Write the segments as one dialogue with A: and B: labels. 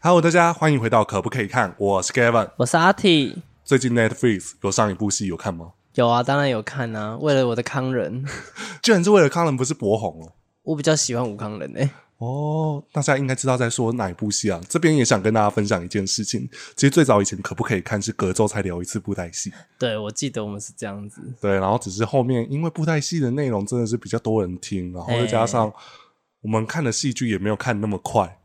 A: Hello，大家欢迎回到可不可以看？我是 Gavin。
B: 我是阿 T，
A: 最近 Netflix 有上一部戏有看吗？
B: 有啊，当然有看啊。为了我的康仁，
A: 居然是为了康仁不是博红哦。
B: 我比较喜欢武康人诶、欸
A: 哦，大家应该知道在说哪一部戏啊？这边也想跟大家分享一件事情。其实最早以前可不可以看是隔周才聊一次布袋戏，
B: 对，我记得我们是这样子。
A: 对，然后只是后面因为布袋戏的内容真的是比较多人听，然后再加上
B: 哎
A: 我们看的戏剧也没有看那么快，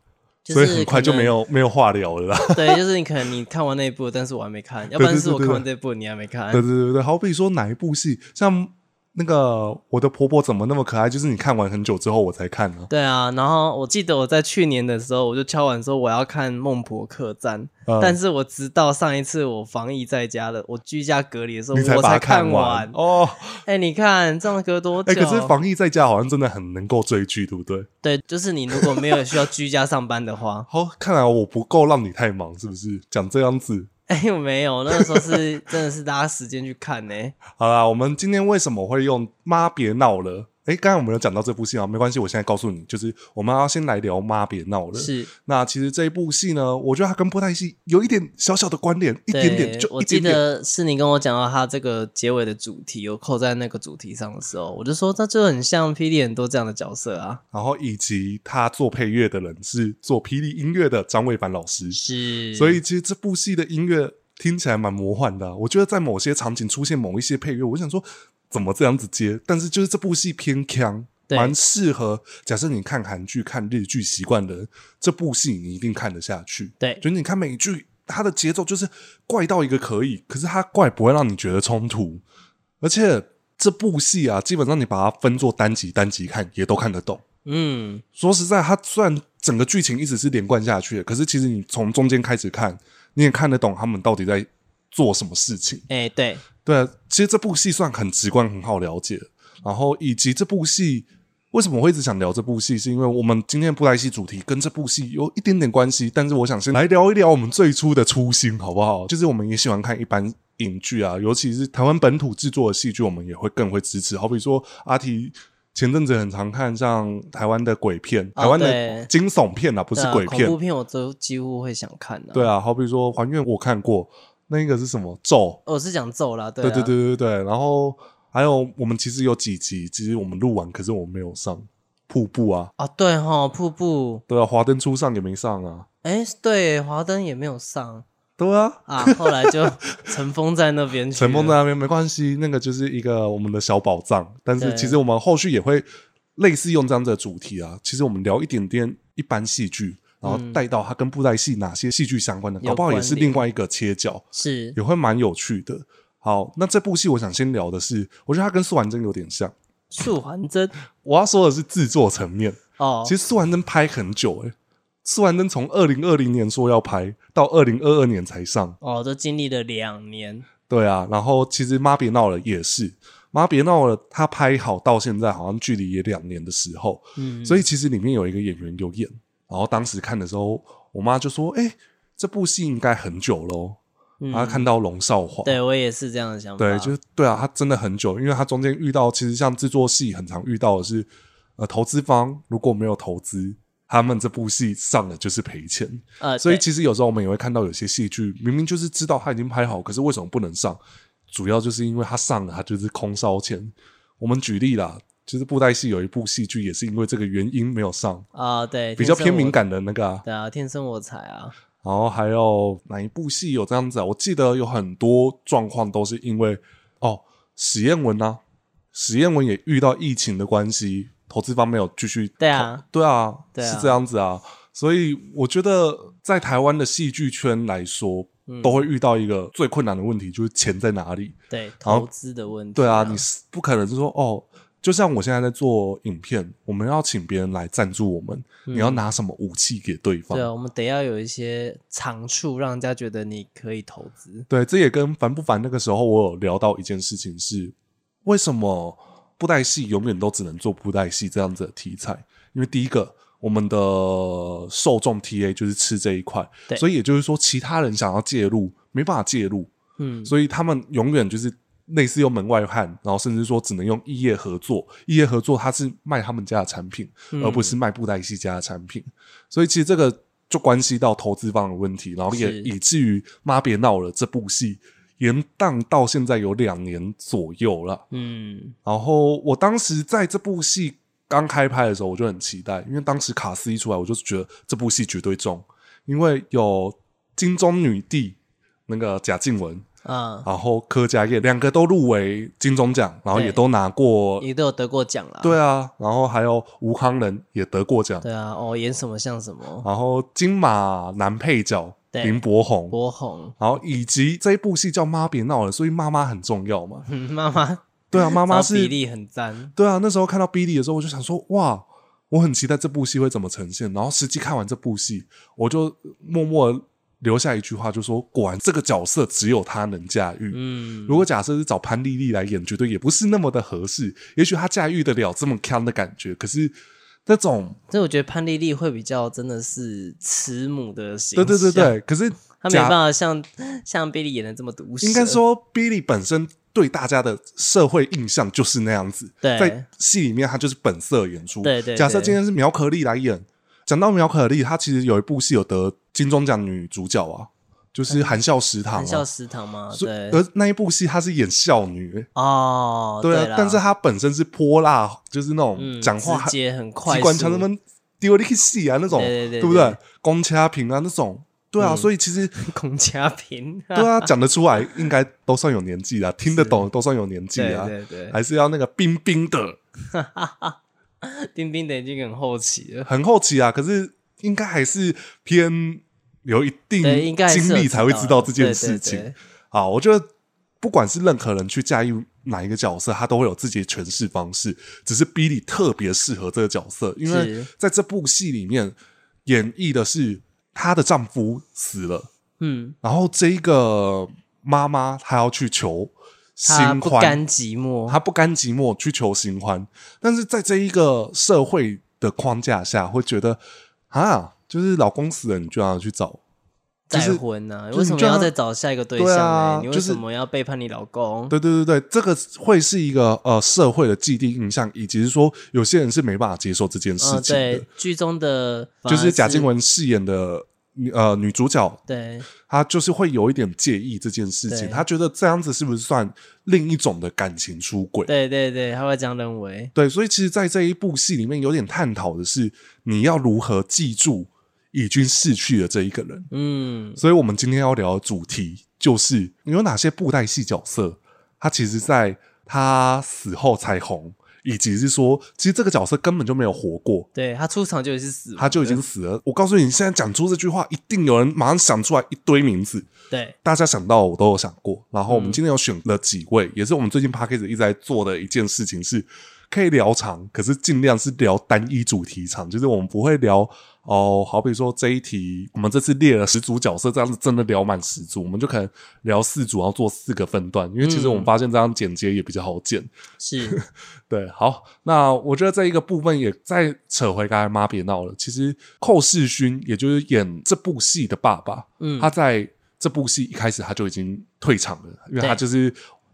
B: 就是
A: 所以很快就没有没有话聊了啦。
B: 对，就是你可能你看完那一部，但是我还没看，要不然是我看完这一部你还没看
A: 对。对对对，好比说哪一部戏，像那个我的婆婆怎么那么可爱，就是你看完很久之后我才看呢、
B: 对啊，然后我记得我在去年的时候，我就敲完说我要看《孟婆客栈》
A: 嗯
B: 但是我直到上一次我防疫在家的，我居家隔离的时候，
A: 你
B: 我
A: 把它
B: 才
A: 看
B: 完。
A: 哦。
B: 哎、你看这样隔多久？
A: 哎、可是防疫在家好像真的很能够追剧，对不对？，
B: 对，就是你如果没有需要居家上班的话
A: 好，看来我不够让你太忙，是不是？讲这样子，
B: 哎、我没有，那个时候是真的是大家时间去看呢、
A: 好啦，我们今天为什么会用“妈别闹了”？哎，刚才我们有讲到这部戏啊，没关系，我现在告诉你，就是我们要先来聊“妈别闹了”。
B: 是，
A: 那其实这一部戏呢，我觉得它跟布袋戏有一点小小的关联，一
B: 对，
A: 点点，就
B: 我
A: 一
B: 记
A: 点点。
B: 得是你跟我讲到他这个结尾的主题，有扣在那个主题上的时候，我就说这就很像霹雳很多这样的角色啊。
A: 然后以及他做配乐的人是做霹雳音乐的张卫凡老师，
B: 是
A: 所以其实这部戏的音乐听起来蛮魔幻的啊、我觉得在某些场景出现某一些配乐，我想说怎么这样子接，但是就是这部戏偏腔，
B: 对
A: 蛮适合。假设你看韩剧、看日剧习惯的人，这部戏你一定看得下去。
B: 对
A: 就是你看美剧，它的节奏就是怪到一个可以，可是它怪不会让你觉得冲突，而且这部戏啊，基本上你把它分作单集单集看，也都看得懂。
B: 嗯，
A: 说实在，它虽然整个剧情一直是连贯下去的，可是其实你从中间开始看，你也看得懂他们到底在做什么事情。
B: 哎、对，
A: 对啊，其实这部戏算很直观，很好了解。然后以及这部戏为什么我会一直想聊这部戏，是因为我们今天的布莱戏主题跟这部戏有一点点关系。但是我想先来聊一聊我们最初的初心，好不好？就是我们也喜欢看一般影剧啊，尤其是台湾本土制作的戏剧，我们也会更会支持。好比说阿提。前阵子很常看像台湾的鬼片，
B: 哦
A: 台湾的
B: 对
A: 惊悚片啊，不是
B: 对啊
A: 鬼片
B: 恐，怖片我都几乎会想看的、
A: 对，啊，好比说《还愿》，我看过那个是什么咒，
B: 哦我是讲咒啦，对、啊，
A: 对对，对对对，然后还有我们其实有几集，其实我们录完，可是我们没有上瀑布啊，
B: 啊，对哈，瀑布，
A: 对啊，华灯初上也没上啊，
B: 哎、对，华灯也没有上
A: 对啊，
B: 啊，后来 就尘封在那边去了，
A: 尘封在那边没关系，那个就是一个我们的小宝藏，但是
B: 对
A: 其实我们后续也会类似用这样子的主题啊，其实我们聊一点点一般戏剧。然后带到它跟布袋戏哪些戏剧相关的，
B: 嗯有
A: 搞不好也
B: 关
A: 是
B: 联
A: 另外一个切角。
B: 是
A: 也会蛮有趣的。好，那这部戏我想先聊的是，我觉得它跟《素还真》有点像。
B: 素还真
A: 我要说的是制作层面，
B: 哦，
A: 其实《素还真》拍很久、欸，素还真》从二零二零年说要拍到二零二二年才上，
B: 哦，都经历了两年，
A: 对啊。然后其实《妈别闹了》也是，《妈别闹了》他拍好到现在好像距离也两年的时候，
B: 嗯，
A: 所
B: 以
A: 以其实里面有一个演员有演，然后当时看的时候，我妈就说：“哎、这部戏应该很久喽。”然后看到龙少华，
B: 嗯对我也是这样的想法，
A: 对，就是对啊，他真的很久，因为他中间遇到，其实像制作系很常遇到的是，呃，投资方如果没有投资，他们这部戏上了就是赔钱。
B: 呃，
A: 所以
B: 对
A: 其实有时候我们也会看到有些戏剧，明明就是知道他已经拍好，可是为什么不能上？主要就是因为他上了，他就是空烧钱。我们举例啦，就是布袋戏有一部戏剧也是因为这个原因没有上，
B: 啊、对，
A: 比较
B: 天生
A: 偏
B: 我
A: 敏，感的那个啊。
B: 对啊，天生我材啊，
A: 然后还有哪一部戏有这样子啊？我记得有很多状况都是因为哦，史艳文啊，史艳文也遇到疫情的关系，投资方没有继续投
B: 对啊，
A: 对啊，
B: 对啊
A: 是这样子啊。所以我觉得在台湾的戏剧圈来说，
B: 嗯
A: 都会遇到一个最困难的问题，就是钱在哪里。
B: 对，
A: 后
B: 投资的问题、
A: 对啊，你是不可能是说哦，就像我现在在做影片，我们要请别人来赞助我们，你
B: 嗯
A: 要拿什么武器给对方？
B: 对啊，我们得要有一些长处，让人家觉得你可以投资。
A: 对，这也跟烦不烦那个时候我有聊到一件事情是，为什么布袋戏永远都只能做布袋戏这样子的题材？因为第一个，我们的受众 TA 就是吃这一块，
B: 对
A: 所以也就是说，其他人想要介入没办法介入，
B: 嗯，
A: 所以他们永远就是类似用门外汉，然后甚至说只能用异业合作。异业
B: 嗯
A: 合作，它是卖他们家的产品，而不是卖布袋戏家的产品。所以其实这个就关系到投资方的问题，然后也
B: 是
A: 以至于《妈别闹了》这部戏延宕到现在有两年左右了。
B: 嗯，
A: 然后我当时在这部戏刚开拍的时候，我就很期待，因为当时卡斯一出来，我就觉得这部戏绝对中，因为有金钟女帝那个贾静雯，
B: 啊，
A: 然后柯佳燕两个都入围金钟奖，然后也
B: 对
A: 都拿过，
B: 你都有得过奖啦。
A: 对啊，然后还有吴康仁也得过奖，
B: 对啊，哦，演什么像什么，
A: 然后金马男配角
B: 对
A: 林柏宏。
B: 博红，
A: 然后以及这一部戏叫《妈别闹了》，所以妈妈很重要嘛。
B: 嗯 妈妈，
A: 对 啊，妈
B: 妈
A: 妈是
B: 比例很赞，
A: 对啊，那时候看到 Billy 的时候，我就想说，哇，我很期待这部戏会怎么呈现。然后实际看完这部戏，我就默默留下一句话，就说，果然这个角色只有他能驾驭。
B: 嗯，
A: 如果假设是找潘丽丽来演，绝对也不是那么的合适。也许她驾驭得了这么强的感觉，可是那种
B: 所以我觉得潘丽丽会比较真的是慈母的形
A: 对对
B: 象，
A: 对，对，可是
B: 她没
A: 假
B: 办法像像 Billy 演的这么毒舌，
A: 应该说，Billy 本身对大家的社会印象就是那样子。
B: 对
A: 在戏里面他就是本色演出。
B: 对对对
A: 假设今天是苗可丽来演，讲到苗可丽，她其实有一部戏有得金钟奖女主角啊，就是《含笑食堂
B: 嗯含》笑
A: 啊。
B: 食堂嘛，
A: 所以
B: 对，
A: 而那一部戏她是演少女、欸
B: 哦，
A: 对
B: 啦
A: 啊，但是她本身是泼辣，就是那种
B: 嗯，
A: 讲话
B: 直
A: 很
B: 接很快
A: 机
B: 速，
A: 关枪那 么丢力戏啊那种，
B: 对对对
A: 不
B: 对
A: 对？公掐平啊那种，对啊，
B: 嗯
A: 所以其实
B: 孔家平，
A: 对啊，讲得出来应该都算有年纪啦，啊听得懂都算有年纪
B: 对
A: 啦，
B: 对对，
A: 还是要那个冰冰的，
B: 丁丁的已经很后 期了，
A: 很后期啊。可是应该还是偏有一定
B: 对，应该还是
A: 经
B: 有
A: 历才会知道这件事
B: 对对
A: 情
B: 对
A: 啊。我觉得不管是任何人去驾驭哪一个角色，他都会有自己的诠释方式。只是 Billy 特别适合这个角色，因为
B: 是
A: 在这部戏里面演绎的是她的丈夫死了。
B: 嗯，
A: 然后这一个妈妈她要去求
B: 他
A: 新
B: 不
A: 欢，
B: 甘寂寞，
A: 她不甘寂寞去求新欢，但是在这一个社会的框架下，会觉得啊，就是老公死了，你就要去找，就
B: 再
A: 是
B: 婚呢、
A: 就是
B: 为什
A: 你
B: 么
A: 就
B: 要
A: 让
B: 再找下一个对
A: 对
B: 象
A: 啊
B: 呢、你为
A: 就是
B: 什么要背叛你老公？
A: 对对对对，这个会是一个呃社会的既定印象，以及是说有些人是没办法接受这件事
B: 嗯，
A: 情的，
B: 对，剧中的反
A: 就
B: 而
A: 是
B: 是
A: 贾静，雯饰演的女呃女主角
B: 对，
A: 他就是会有一点介意这件事情，
B: 对
A: 他觉得这样子是不是算另一种的感情出轨？
B: 对对对，他会这样认为，
A: 对，所以其实，在这一部戏里面，有点探讨的是你要如何记住已经逝去的这一个人。
B: 嗯，
A: 所以我们今天要聊的主题就是你有哪些布袋戏角色，他其实在他死后才红，以及是说，其实这个角色根本就没有活过，
B: 对他出场就已经是死亡
A: 他就已
B: 的
A: 经死了。我告诉你，你现在讲出这句话，一定有人马上想出来一堆名字。
B: 对，
A: 大家想到我都有想过。然后我们今天有选了几位，也是我们最近 p a c k a g e 一直在做的一件事情是，可以聊长，可是尽量是聊单一主题长，就是我们不会聊哦，好比说这一题，我们这次列了十组角色，这样子真的聊满十组，我们就可能聊四组，然后做四个分段，因为其实
B: 嗯
A: 我们发现这样剪接也比较好剪。
B: 是
A: 对，好，那我觉得这一个部分也再扯回刚才妈别闹了。其实寇世勋，也就是演这部戏的爸爸，
B: 嗯
A: 他在这部戏一开始他就已经退场了，因为
B: 对
A: 他就是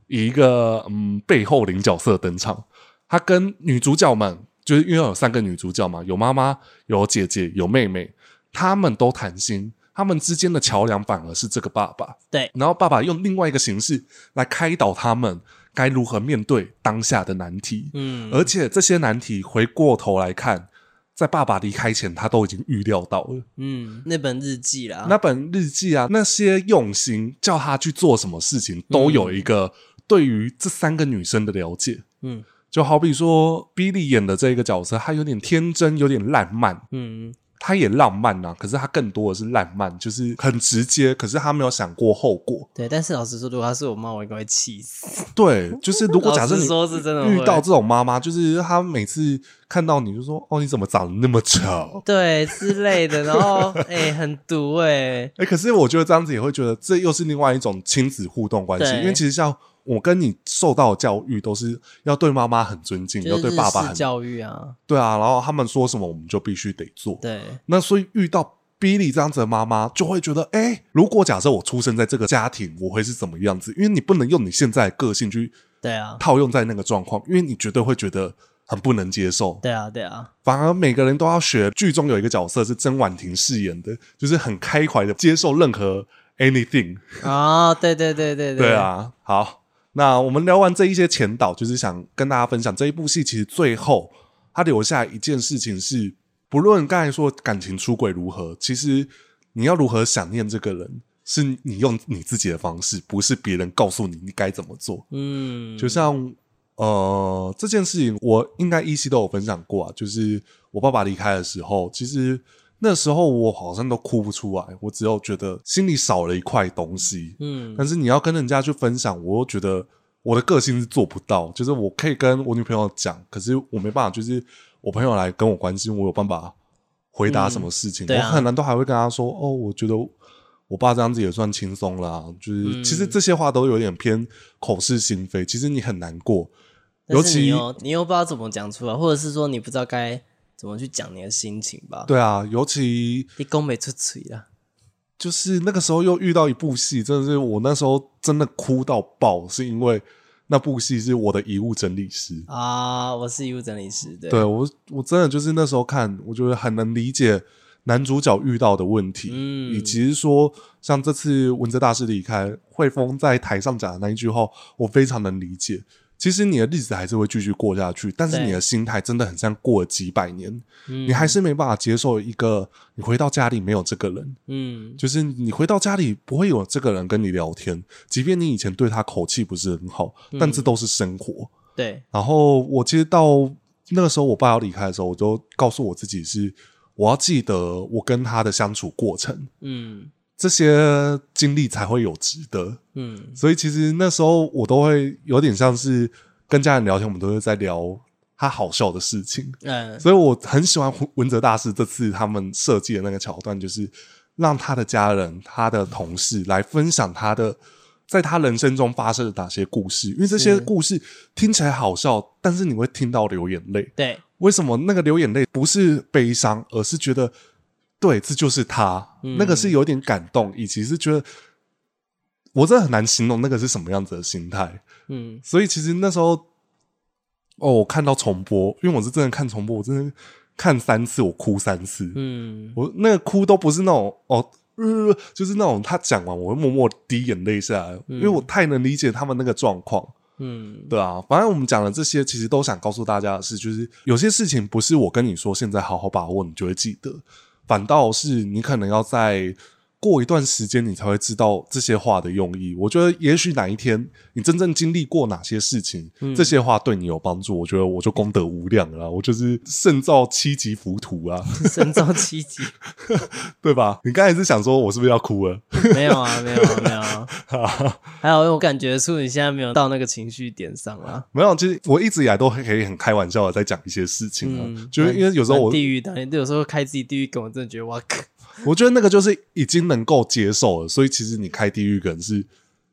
A: 以一个嗯背后零角色登场。他跟女主角们，就是因为有三个女主角嘛，有妈妈，有姐姐，有妹妹，她们都谈心，她们之间的桥梁反而是这个爸爸。
B: 对
A: 然后爸爸用另外一个形式来开导他们该如何面对当下的难题。
B: 嗯，
A: 而且这些难题回过头来看，在爸爸离开前，他都已经预料到了。
B: 嗯，那本日记啦，
A: 那本日记啊，那些用心叫他去做什么事情，都有一个对于这三个女生的了解。
B: 嗯
A: 就好比说，Billy 演的这一个角色，他有点天真，有点烂漫，
B: 嗯，
A: 他也浪漫啊，可是他更多的是烂漫，就是很直接，可是他没有想过后果。
B: 对，但是老实说，如果他是我妈，我应该会气死。
A: 对，就是如果假设
B: 老
A: 你
B: 实说嗯是真的
A: 遇
B: 会
A: 到这种妈妈，就是她每次看到你就说：“哦，你怎么长得那么丑？”
B: 对之类的，然后哎、很毒哎、
A: 哎、可是我觉得这样子也会觉得这又是另外一种亲子互动关系，
B: 对
A: 因为其实像我跟你受到的教育都是要对妈妈很尊敬，
B: 就
A: 要
B: 是
A: 对爸爸
B: 日式
A: 很
B: 教育啊，
A: 对啊，然后他们说什么我们就必须得做。
B: 对，
A: 那所以遇到 Billy 这样子的妈妈，就会觉得，哎、如果假设我出生在这个家庭，我会是怎么样子？因为你不能用你现在的个性去
B: 对啊，
A: 套用在那个状况，因为你绝对会觉得很不能接受。
B: 对啊，对啊，
A: 反而每个人都要学。剧中有一个角色是曾婉婷饰演的，就是很开怀的接受任何 anything。
B: 哦，对对对对
A: 对，啊，好，那我们聊完这一些前导，就是想跟大家分享这一部戏，其实最后它留下一件事情是，不论刚才说感情出轨如何，其实你要如何想念这个人，是你用你自己的方式，不是别人告诉你你该怎么做。
B: 嗯，
A: 就像呃这件事情，我应该依稀都有分享过啊，就是我爸爸离开的时候，其实。那时候我好像都哭不出来，我只有觉得心里少了一块东西。
B: 嗯
A: 但是你要跟人家去分享，我又觉得我的个性是做不到，就是我可以跟我女朋友讲，可是我没办法，就是我朋友来跟我关心，我有办法回答什么事情，
B: 嗯对啊
A: 我很难都还会跟他说，哦，我觉得我爸这样子也算轻松啦、就是、
B: 嗯
A: 其实这些话都有点偏口是心非，其实你很难过，
B: 但
A: 尤
B: 是你
A: 其
B: 又你又不知道怎么讲出来，或者是说你不知道该怎么去讲你的心情吧？，
A: 对啊，尤其
B: 你讲没出嘴啦，
A: 就是那个时候又遇到一部戏，真的是我那时候真的哭到爆，是因为那部戏是我的遗物整理师。
B: 啊，我是遗物整理师，对，
A: 对我，我真的就是那时候看，我觉得很能理解男主角遇到的问题，
B: 嗯
A: 以及说像这次文泽大师离开，惠峰在台上讲的那一句话，我非常能理解。其实你的日子还是会继续过下去，但是
B: 对
A: 你的心态真的很像过了几百年，
B: 嗯
A: 你还是没办法接受一个你回到家里没有这个人，
B: 嗯
A: 就是你回到家里不会有这个人跟你聊天，即便你以前对他口气不是很好，
B: 嗯
A: 但这都是生活。
B: 对，
A: 然后我其实到那个时候我爸要离开的时候，我就告诉我自己是我要记得我跟他的相处过程，
B: 嗯
A: 这些经历才会有值得。
B: 嗯
A: 所以其实那时候我都会有点像是跟家人聊天，我们都会在聊他好笑的事情。
B: 嗯，
A: 所以我很喜欢文文泽大师这次他们设计的那个桥段，就是让他的家人、他的同事来分享他的在他人生中发生的哪些故事，因为这些
B: 是
A: 故事听起来好笑，但是你会听到流眼泪。
B: 对，
A: 为什么那个流眼泪不是悲伤，而是觉得对，这就是他，
B: 嗯
A: 那个是有点感动，以及是觉得我真的很难形容那个是什么样子的心态。
B: 嗯
A: 所以其实那时候，哦，我看到重播，因为我是真的看重播，我真的看三次，我哭三次。
B: 嗯
A: 我那个哭都不是那种哦，呃，就是那种他讲完我会默默滴眼泪下来，因为我太能理解他们那个状况。
B: 嗯，
A: 对啊，反正我们讲的这些，其实都想告诉大家的是，就是有些事情不是我跟你说现在好好把握，你就会记得，反倒是你可能要在过一段时间，你才会知道这些话的用意。我觉得，也许哪一天你真正经历过哪些事情，这些话对你有帮助，我觉得我就功德无量了啊，我就是胜造七级浮屠啊，
B: 神造七级，
A: 对吧？你刚才是想说我是不是要哭了？
B: 没有啊，没有啊，没有 啊，还好，因为我感觉出你现在没有到那个情绪点上啊。
A: 没有，其实我一直以来都可以很开玩笑的在讲一些事情啊，
B: 嗯，
A: 就是因为有时候
B: 蛮
A: 我
B: 地狱的，你有时候开自己地狱梗，我真的觉得哇， 靠
A: 我觉得那个就是已经能够接受了，所以其实你开地狱梗是，因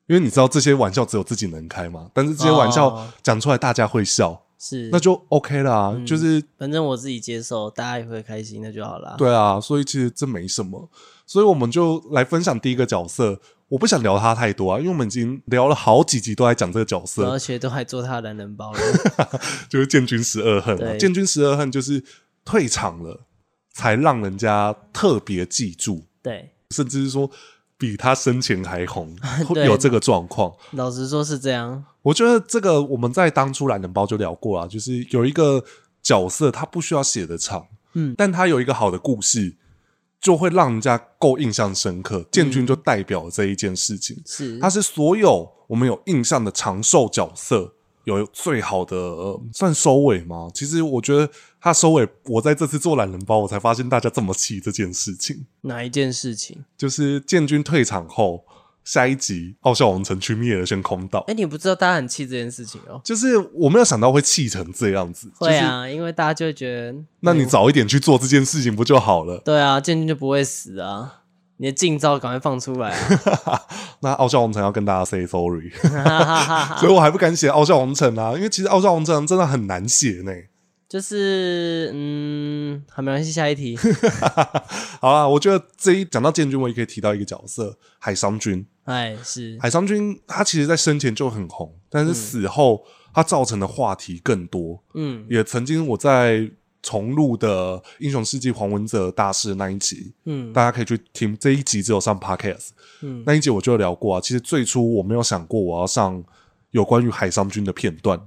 A: 为你知道这些玩笑只有自己能开嘛，但是这些玩笑
B: 哦嗯
A: 讲出来大家会笑，
B: 是
A: 那就 OK 啦、就是
B: 反正我自己接受，大家也会开心，那就好啦。，
A: 对啊，所以其实这没什么，所以我们就来分享第一个角色。我不想聊他太多啊，因为我们已经聊了好几集都在讲这个角色，
B: 而且都还做他的男人包了。
A: 就是建军十二恨、啊。
B: 对
A: 建军十二恨就是退场了，才让人家特别记住，
B: 对，
A: 甚至是说比他生前还红，
B: 对
A: 有这个状况。
B: 老实说是这样。
A: 我觉得这个我们在当初懒人包就聊过啊，就是有一个角色他不需要写的长，
B: 嗯，
A: 但他有一个好的故事，就会让人家够印象深刻。建军就代表这一件事情，
B: 是，
A: 他是所有我们有印象的长寿角色有最好的、呃算收尾吗？其实我觉得他收尾，我在这次做懒人包，我才发现大家这么气这件事情，
B: 哪一件事情？
A: 就是建军退场后。下一集，傲笑王城区灭了轩空岛
B: 哎、。你不知道大家很气这件事情哦。
A: 就是我没有想到会气成这样子，
B: 会
A: 就是
B: 啊，因为大家就会觉得，
A: 那你早一点去做这件事情不就好了？
B: 对啊，建军就不会死啊。你的劲招赶快放出来啊！
A: 那傲笑王城要跟大家 say sorry，、
B: 哈哈哈 哈
A: 所以我还不敢写傲笑王城啊，因为其实傲笑王城真的很难写呢。
B: 就是嗯，好，没关系，下一题
A: 好啦，我觉得这一讲到建军，我也可以提到一个角色海商君。
B: 哎，是
A: 海商君他其实在生前就很红，但是死后、它造成的话题更多。
B: 嗯
A: 也曾经我在重录的《英雄世纪》黄文泽大师那一集，
B: 嗯
A: 大家可以去听这一集，只有上 podcast
B: 嗯
A: 那一集我就有聊过啊。其实最初我没有想过我要上有关于海商军的片段，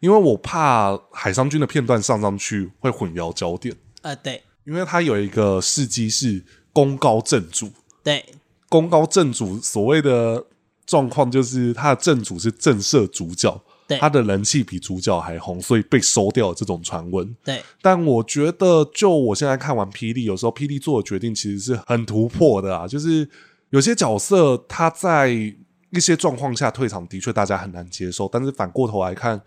A: 因为我怕海商军的片段上上去会混淆焦点，
B: 啊，对
A: 因为它有一个事迹是功高震主，
B: 对，
A: 功高震主所谓的状况就是他的正主是震慑主角
B: 对。
A: 他的人气比主角还红，所以被收掉了这种传闻。
B: 对，
A: 但我觉得，就我现在看完霹雳，有时候霹雳做的决定其实是很突破的啊。就是有些角色他在一些状况下退场，的确大家很难接受。但是反过头来看，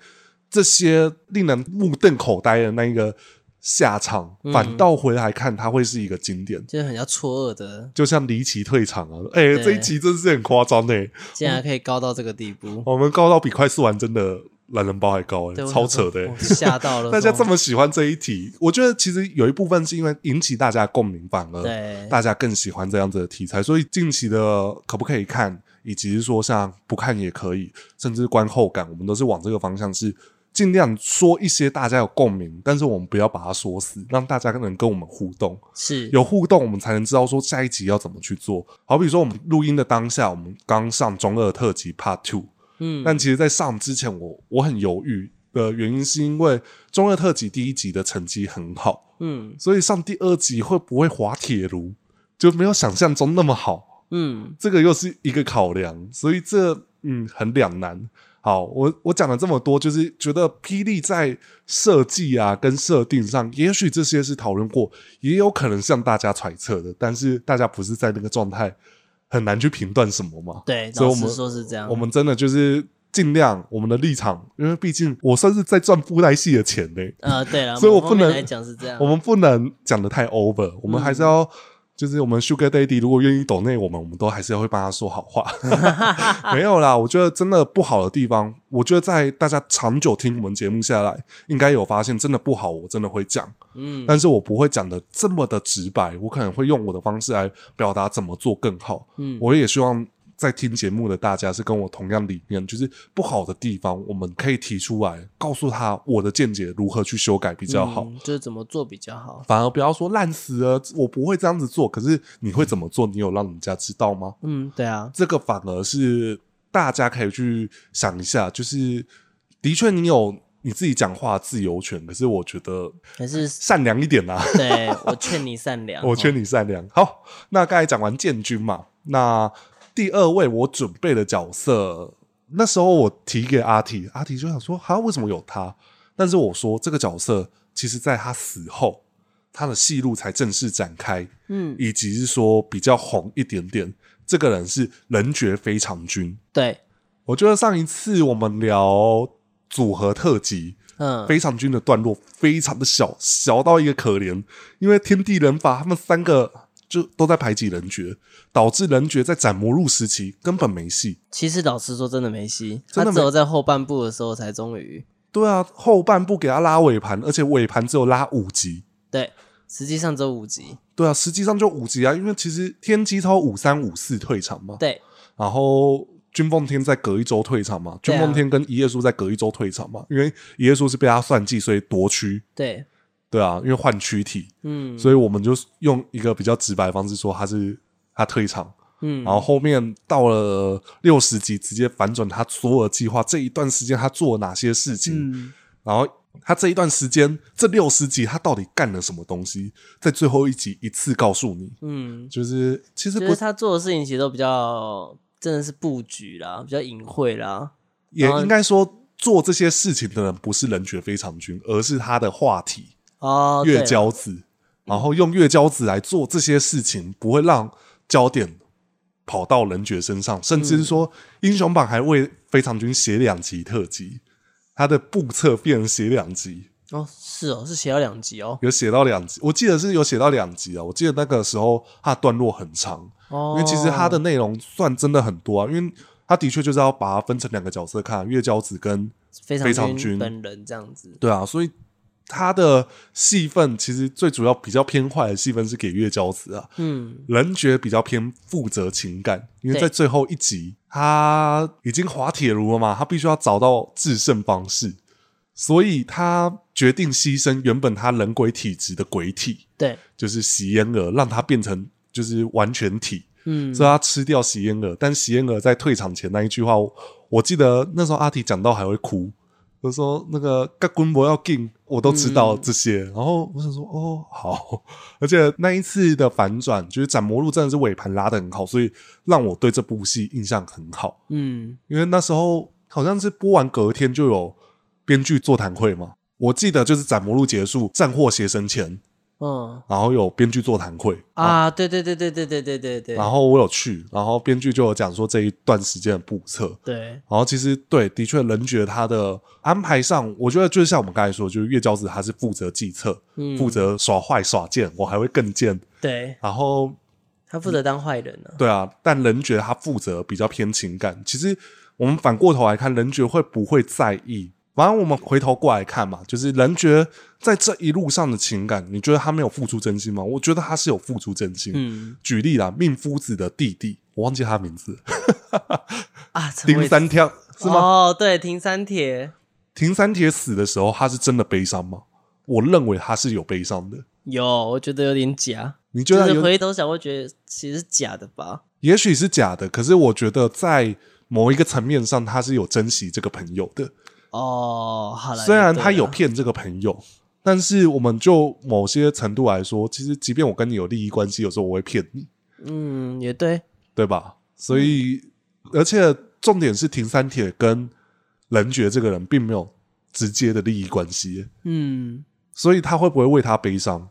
A: 这些令人目瞪口呆的那一个下场，
B: 嗯
A: 反倒回来看，它会是一个经典。
B: 就是很要错愕的，
A: 就像离奇退场啊，哎、
B: 对
A: 这一集真是很夸张哎、
B: 竟然可以高到这个地步，
A: 我们高到比快速完真的懒人包还高哎、
B: 对，我
A: 超
B: 想说
A: 扯的、欸。
B: 我吓 到了，
A: 大家这
B: 说
A: 么喜欢这一题，我觉得其实有一部分是因为引起大家的共鸣，反而
B: 对，
A: 大家更喜欢这样子的题材，所以近期的可不可以看，以及是说像不看也可以，甚至观后感，我们都是往这个方向是。尽量说一些大家有共鸣，但是我们不要把它说死，让大家能跟我们互动。
B: 是
A: 有互动，我们才能知道说下一集要怎么去做。好比说，我们录音的当下，我们刚上中二特辑 Part Two，
B: 嗯
A: 但其实，在上之前我，我很犹豫的原因是因为中二特辑第一集的成绩很好，
B: 嗯
A: 所以上第二集会不会滑铁卢，就没有想象中那么好，
B: 嗯
A: 这个又是一个考量，所以这嗯很两难。好，我我讲了这么多，就是觉得霹雳在设计啊跟设定上，也许这些是讨论过，也有可能向大家揣测的，但是大家不是在那个状态，很难去评断什么嘛。
B: 对，
A: 所以
B: 老
A: 我们
B: 实说是这样，
A: 我们真的就是尽量我们的立场，因为毕竟我算是在赚布袋戏的钱呢、
B: 呃对了，
A: 所以
B: 某
A: 我
B: 方
A: 不
B: 面
A: 能
B: 来讲是这样
A: 我，们不能讲的太 over，我们还是要、就是我们 Sugar Daddy 如果愿意懂内我们，我们都还是会帮他说好话。没有啦，我觉得真的不好的地方，我觉得在大家长久听我们节目下来，应该有发现，真的不好，我真的会讲，
B: 嗯
A: 但是我不会讲的这么的直白，我可能会用我的方式来表达怎么做更好。
B: 嗯
A: 我也希望在听节目的大家是跟我同样理念，就是不好的地方我们可以提出来，告诉他我的见解如何去修改比较好，
B: 嗯就是怎么做比较好，
A: 反而不要说烂死了，我不会这样子做。可是你会怎么做？你有让人家知道吗？
B: 嗯对 啊，
A: 这个反而是大家可以去想一下，就是的确你有你自己讲话的自由权，可是我觉得
B: 可是
A: 善良一点啊啦、
B: 对我劝你善 良，哦
A: 我劝
B: 你
A: 你善良。好，那刚才讲完建军嘛，那第二位我准备的角色，那时候我提给阿提，阿提就想说，哈，为什么有他？但是我说这个角色，其实在他死后，他的戏路才正式展开，
B: 嗯
A: 以及是说比较红一点点。这个人是人觉非常君，
B: 对
A: 我觉得上一次我们聊组合特辑，
B: 嗯
A: 非常君的段落非常的小，小到一个可怜，因为天地人法他们三个就都在排挤人爵，导致人爵在斩魔录时期根本没戏。
B: 其实老实说真的没戏，
A: 真
B: 他
A: 的
B: 只
A: 没
B: 有在后半部的时候才终于
A: 对啊，后半部给他拉尾盘，而且尾盘只有拉五集。
B: 对，实际上只有五集，
A: 对啊，实际上就五集啊，因为其实天机超五三五四退场嘛，
B: 对
A: 然后君奉天在隔一周退场嘛，
B: 对
A: 君
B: 啊
A: 奉天跟一页书在隔一周退场嘛，因为一页书是被他算计，所以夺区。
B: 对，
A: 对啊，因为换躯体，
B: 嗯
A: 所以我们就用一个比较直白的方式说他是他退场，
B: 嗯
A: 然后后面到了六十集直接反转他所有的计划，这一段时间他做了哪些事情，
B: 嗯
A: 然后他这一段时间这六十集他到底干了什么东西，在最后一集一次告诉你，
B: 嗯，
A: 就是其实
B: 就
A: 不
B: 是他做的事情其实都比较真的是布局啦，比较隐晦啦，
A: 也
B: 然后
A: 应该说。做这些事情的人不是人觉非常君，而是他的话题。
B: 哦，对
A: 月
B: 啦
A: 交子，然后用月交子来做这些事情，不会让焦点跑到人爵身上，甚至是说、
B: 嗯
A: 英雄榜还为非常君写两集特辑，他的部册变成写两集，
B: 哦，是哦，是写到两集哦，
A: 有写到两集，我记得是有写到两集啊，我记得那个时候他的段落很长，
B: 哦，
A: 因为其实它的内容算真的很多啊，因为他的确就是要把它分成两个角色看，月交子跟
B: 非
A: 非
B: 常
A: 常君
B: 本人这样子，
A: 对啊，所以他的戏份其实最主要比较偏坏的戏份是给月交子啊，
B: 嗯，
A: 人觉比较偏负责情感，因为
B: 对
A: 在最后一集，他已经滑铁卢了嘛，他必须要找到制胜方式，所以他决定牺牲原本他人鬼体质的鬼体，
B: 对，
A: 就是席烟儿，让他变成就是完全体。
B: 嗯，
A: 所以他吃掉席烟儿，但席烟儿在退场前那一句话，我我记得那时候阿提讲到还会哭，就说那个干棍博要进，我都知道这些。然后我想说，哦，好，而且那一次的反转，就是斩魔录真的是尾盘拉的很好，所以让我对这部戏印象很好。
B: 嗯，
A: 因为那时候好像是播完隔天就有编剧座谈会嘛，我记得就是斩魔录结束，战祸邪神前，
B: 嗯，
A: 然后有编剧座谈会
B: 啊，对对对对对对对对对，
A: 然后我有去，然后编剧就有讲说这一段时间的布测，
B: 对，
A: 然后其实对，的确人觉他的安排上，我觉得就是像我们刚才说，就是月教子他是负责计策，
B: 嗯
A: 负责耍坏耍贱，我还会更贱。
B: 对
A: 然后
B: 他负责当坏人呢、
A: 对啊，但人觉他负责比较偏情感。其实我们反过头来看，人觉会不会在意？反正我们回头过来看嘛，就是人觉在这一路上的情感，你觉得他没有付出真心吗？我觉得他是有付出真心。
B: 嗯
A: 举例啦，命夫子的弟弟，我忘记他名字，
B: 啊，陈
A: 丁
B: 伟
A: 三跳是吗？
B: 哦，对，停三铁
A: 庭三铁死的时候，他是真的悲伤吗？我认为他是有悲伤的。
B: 有，我觉得有点假，
A: 你觉
B: 就
A: 得
B: 是
A: 有？
B: 回头想会觉得其实是假的吧？
A: 也许是假的，可是我觉得在某一个层面上，他是有珍惜这个朋友的。
B: 哦，好了，啊
A: 虽然
B: 也对
A: 他有
B: 啦，
A: 骗这个朋友，但是我们就某些程度来说，其实即便我跟你有利益关系，有时候我会骗你，
B: 嗯，也对，
A: 对吧？所以，
B: 嗯
A: 而且重点是，庭三铁跟人觉这个人并没有直接的利益关系，
B: 嗯，
A: 所以他会不会为他悲伤？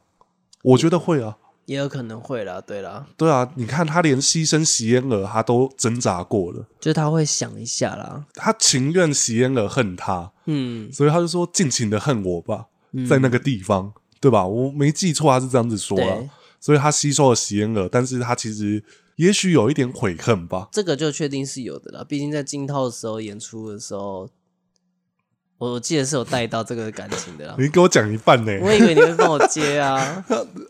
A: 我觉得会啊。
B: 也有可能会啦，对啦，
A: 对啊，你看他连牺牲席烟儿，他都挣扎过了，
B: 就是他会想一下啦，
A: 他情愿席烟儿恨他，
B: 嗯，
A: 所以他就说尽情的恨我吧，
B: 嗯
A: 在那个地方，对吧？我没记错，他是这样子说
B: 对
A: 啊。。所以他吸收了席烟儿，但是他其实也许有一点悔恨吧。
B: 这个就确定是有的了，毕竟在进套的时候演出的时候，我记得是有带到这个感 情的啦。
A: 你给我讲一半呢、
B: 我以为你会帮我接啊，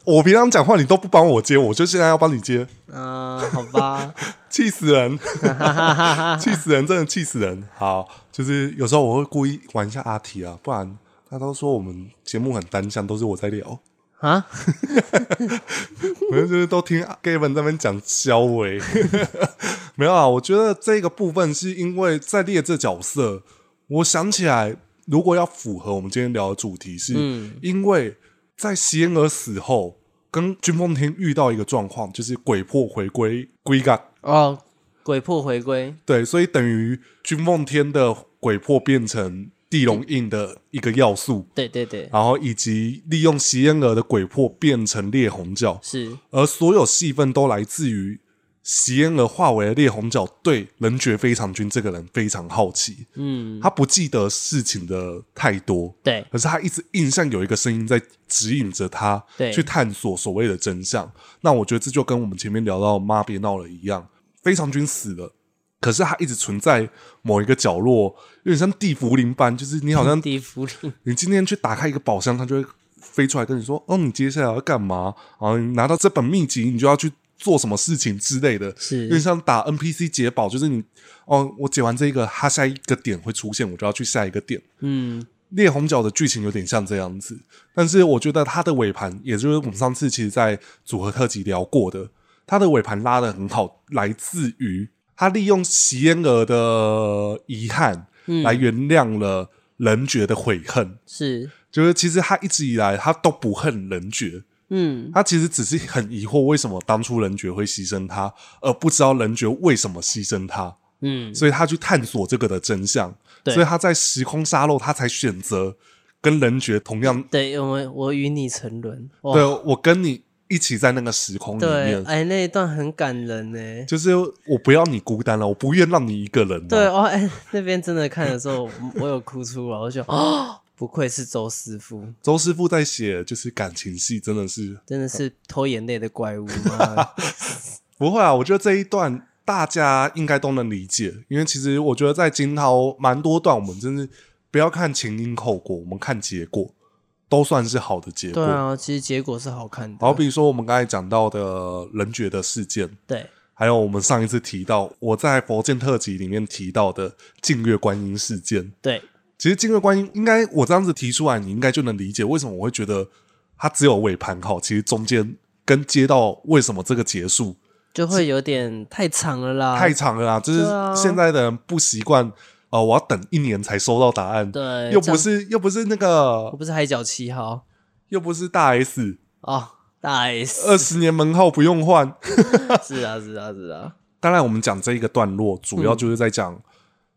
A: 我平常讲话你都不帮我接，我就现在要帮你接，
B: 嗯、好吧，
A: 气死人，
B: 哈哈哈哈，
A: 气死人，真的气死人。好，就是有时候我会故意玩一下阿提啊，不然他都说我们节目很单向，都是我在聊。
B: 啊，
A: 我就是都听 Gavin 在那边讲肖伟， 没有啊。我觉得这个部分是因为在列这角色，我想起来，如果要符合我们今天聊的主题是，
B: 嗯
A: 因为在席恩儿死后，跟君凤天遇到一个状况，就是鬼魄回归归港，
B: 哦，鬼魄回归，
A: 对，所以等于君凤天的鬼魄变成地龙印的一个要素，
B: 对对对，
A: 然后以及利用席恩儿的鬼魄变成烈红角，
B: 是，
A: 而所有戏份都来自于席烟儿化为了烈红角对人觉非常君这个人非常好奇，
B: 嗯，
A: 他不记得事情的太多，
B: 对
A: 可是他一直印象有一个声音在指引着他
B: 对
A: 去探索所谓的真相。那我觉得这就跟我们前面聊到“妈别闹了”一样，非常君死了。可是他一直存在某一个角落，有点像地茯苓般，就是你好像
B: 地府 里，
A: 你今天去打开一个宝箱，它就会飞出来跟你说：“哦，你接下来要干嘛？啊，你拿到这本秘籍，你就要去做什么事情之类的。”
B: 是
A: 有点像打 NPC 解宝，就是你哦，我解完这一个，它下一个点会出现，我就要去下一个点。
B: 嗯，
A: 猎红角的剧情有点像这样子，但是我觉得它的尾盘，也就是我们上次其实在组合特辑聊过的，它的尾盘拉的很好，来自于他利用席烟儿的遗憾
B: 嗯
A: 来原谅了人觉的悔恨。
B: 是，
A: 就是其实他一直以来他都不恨人爵，
B: 嗯，
A: 他其实只是很疑惑为什么当初人爵会牺牲他，而不知道人爵为什么牺牲他，
B: 嗯，
A: 所以他去探索这个的真相。
B: 对
A: 所以他在时空沙漏，他才选择跟人爵同样，
B: 对，我们我与你沉沦，哇
A: 对我跟你一起在那个时空里
B: 对，
A: 面，
B: 哎，那一段很感人呢。
A: 就是我不要你孤单了，我不愿让你一个人了。
B: 对哦，哎、那边真的看的时候，我我有哭出来，我就 哦，不愧是周师傅，
A: 周师傅在写就是感情戏，真的是
B: 真的是偷眼泪的 怪物啊吗？
A: 不会啊，我觉得这一段大家应该都能理解，因为其实我觉得在惊涛蛮多段，我们真是不要看前因后果，我们看结果都算是好的结果。
B: 对啊啊，其实结果是好看的，
A: 好比说我们刚才讲到的人觉的事件，
B: 对，
A: 还有我们上一次提到我在佛剑特辑里面提到的净月观音事件，
B: 对，
A: 其实净月观音应该我这样子提出来，你应该就能理解为什么我会觉得它只有尾盘好，其实中间跟接到为什么这个结束
B: 就会有点太长了啦，
A: 太长了啦，就是
B: 啊对啊
A: 现在的人不习惯。呃，我要等一年才收到答案，
B: 对，
A: 又
B: 这
A: 不
B: 样
A: 是又不是那
B: 我
A: 个，
B: 不是海角七号
A: 又不是大 S，
B: 哦，大 S
A: 二十年门号不用换。
B: 是啊是啊是啊，
A: 当然，我们讲这一个段落，主
B: 嗯
A: 要就是在讲、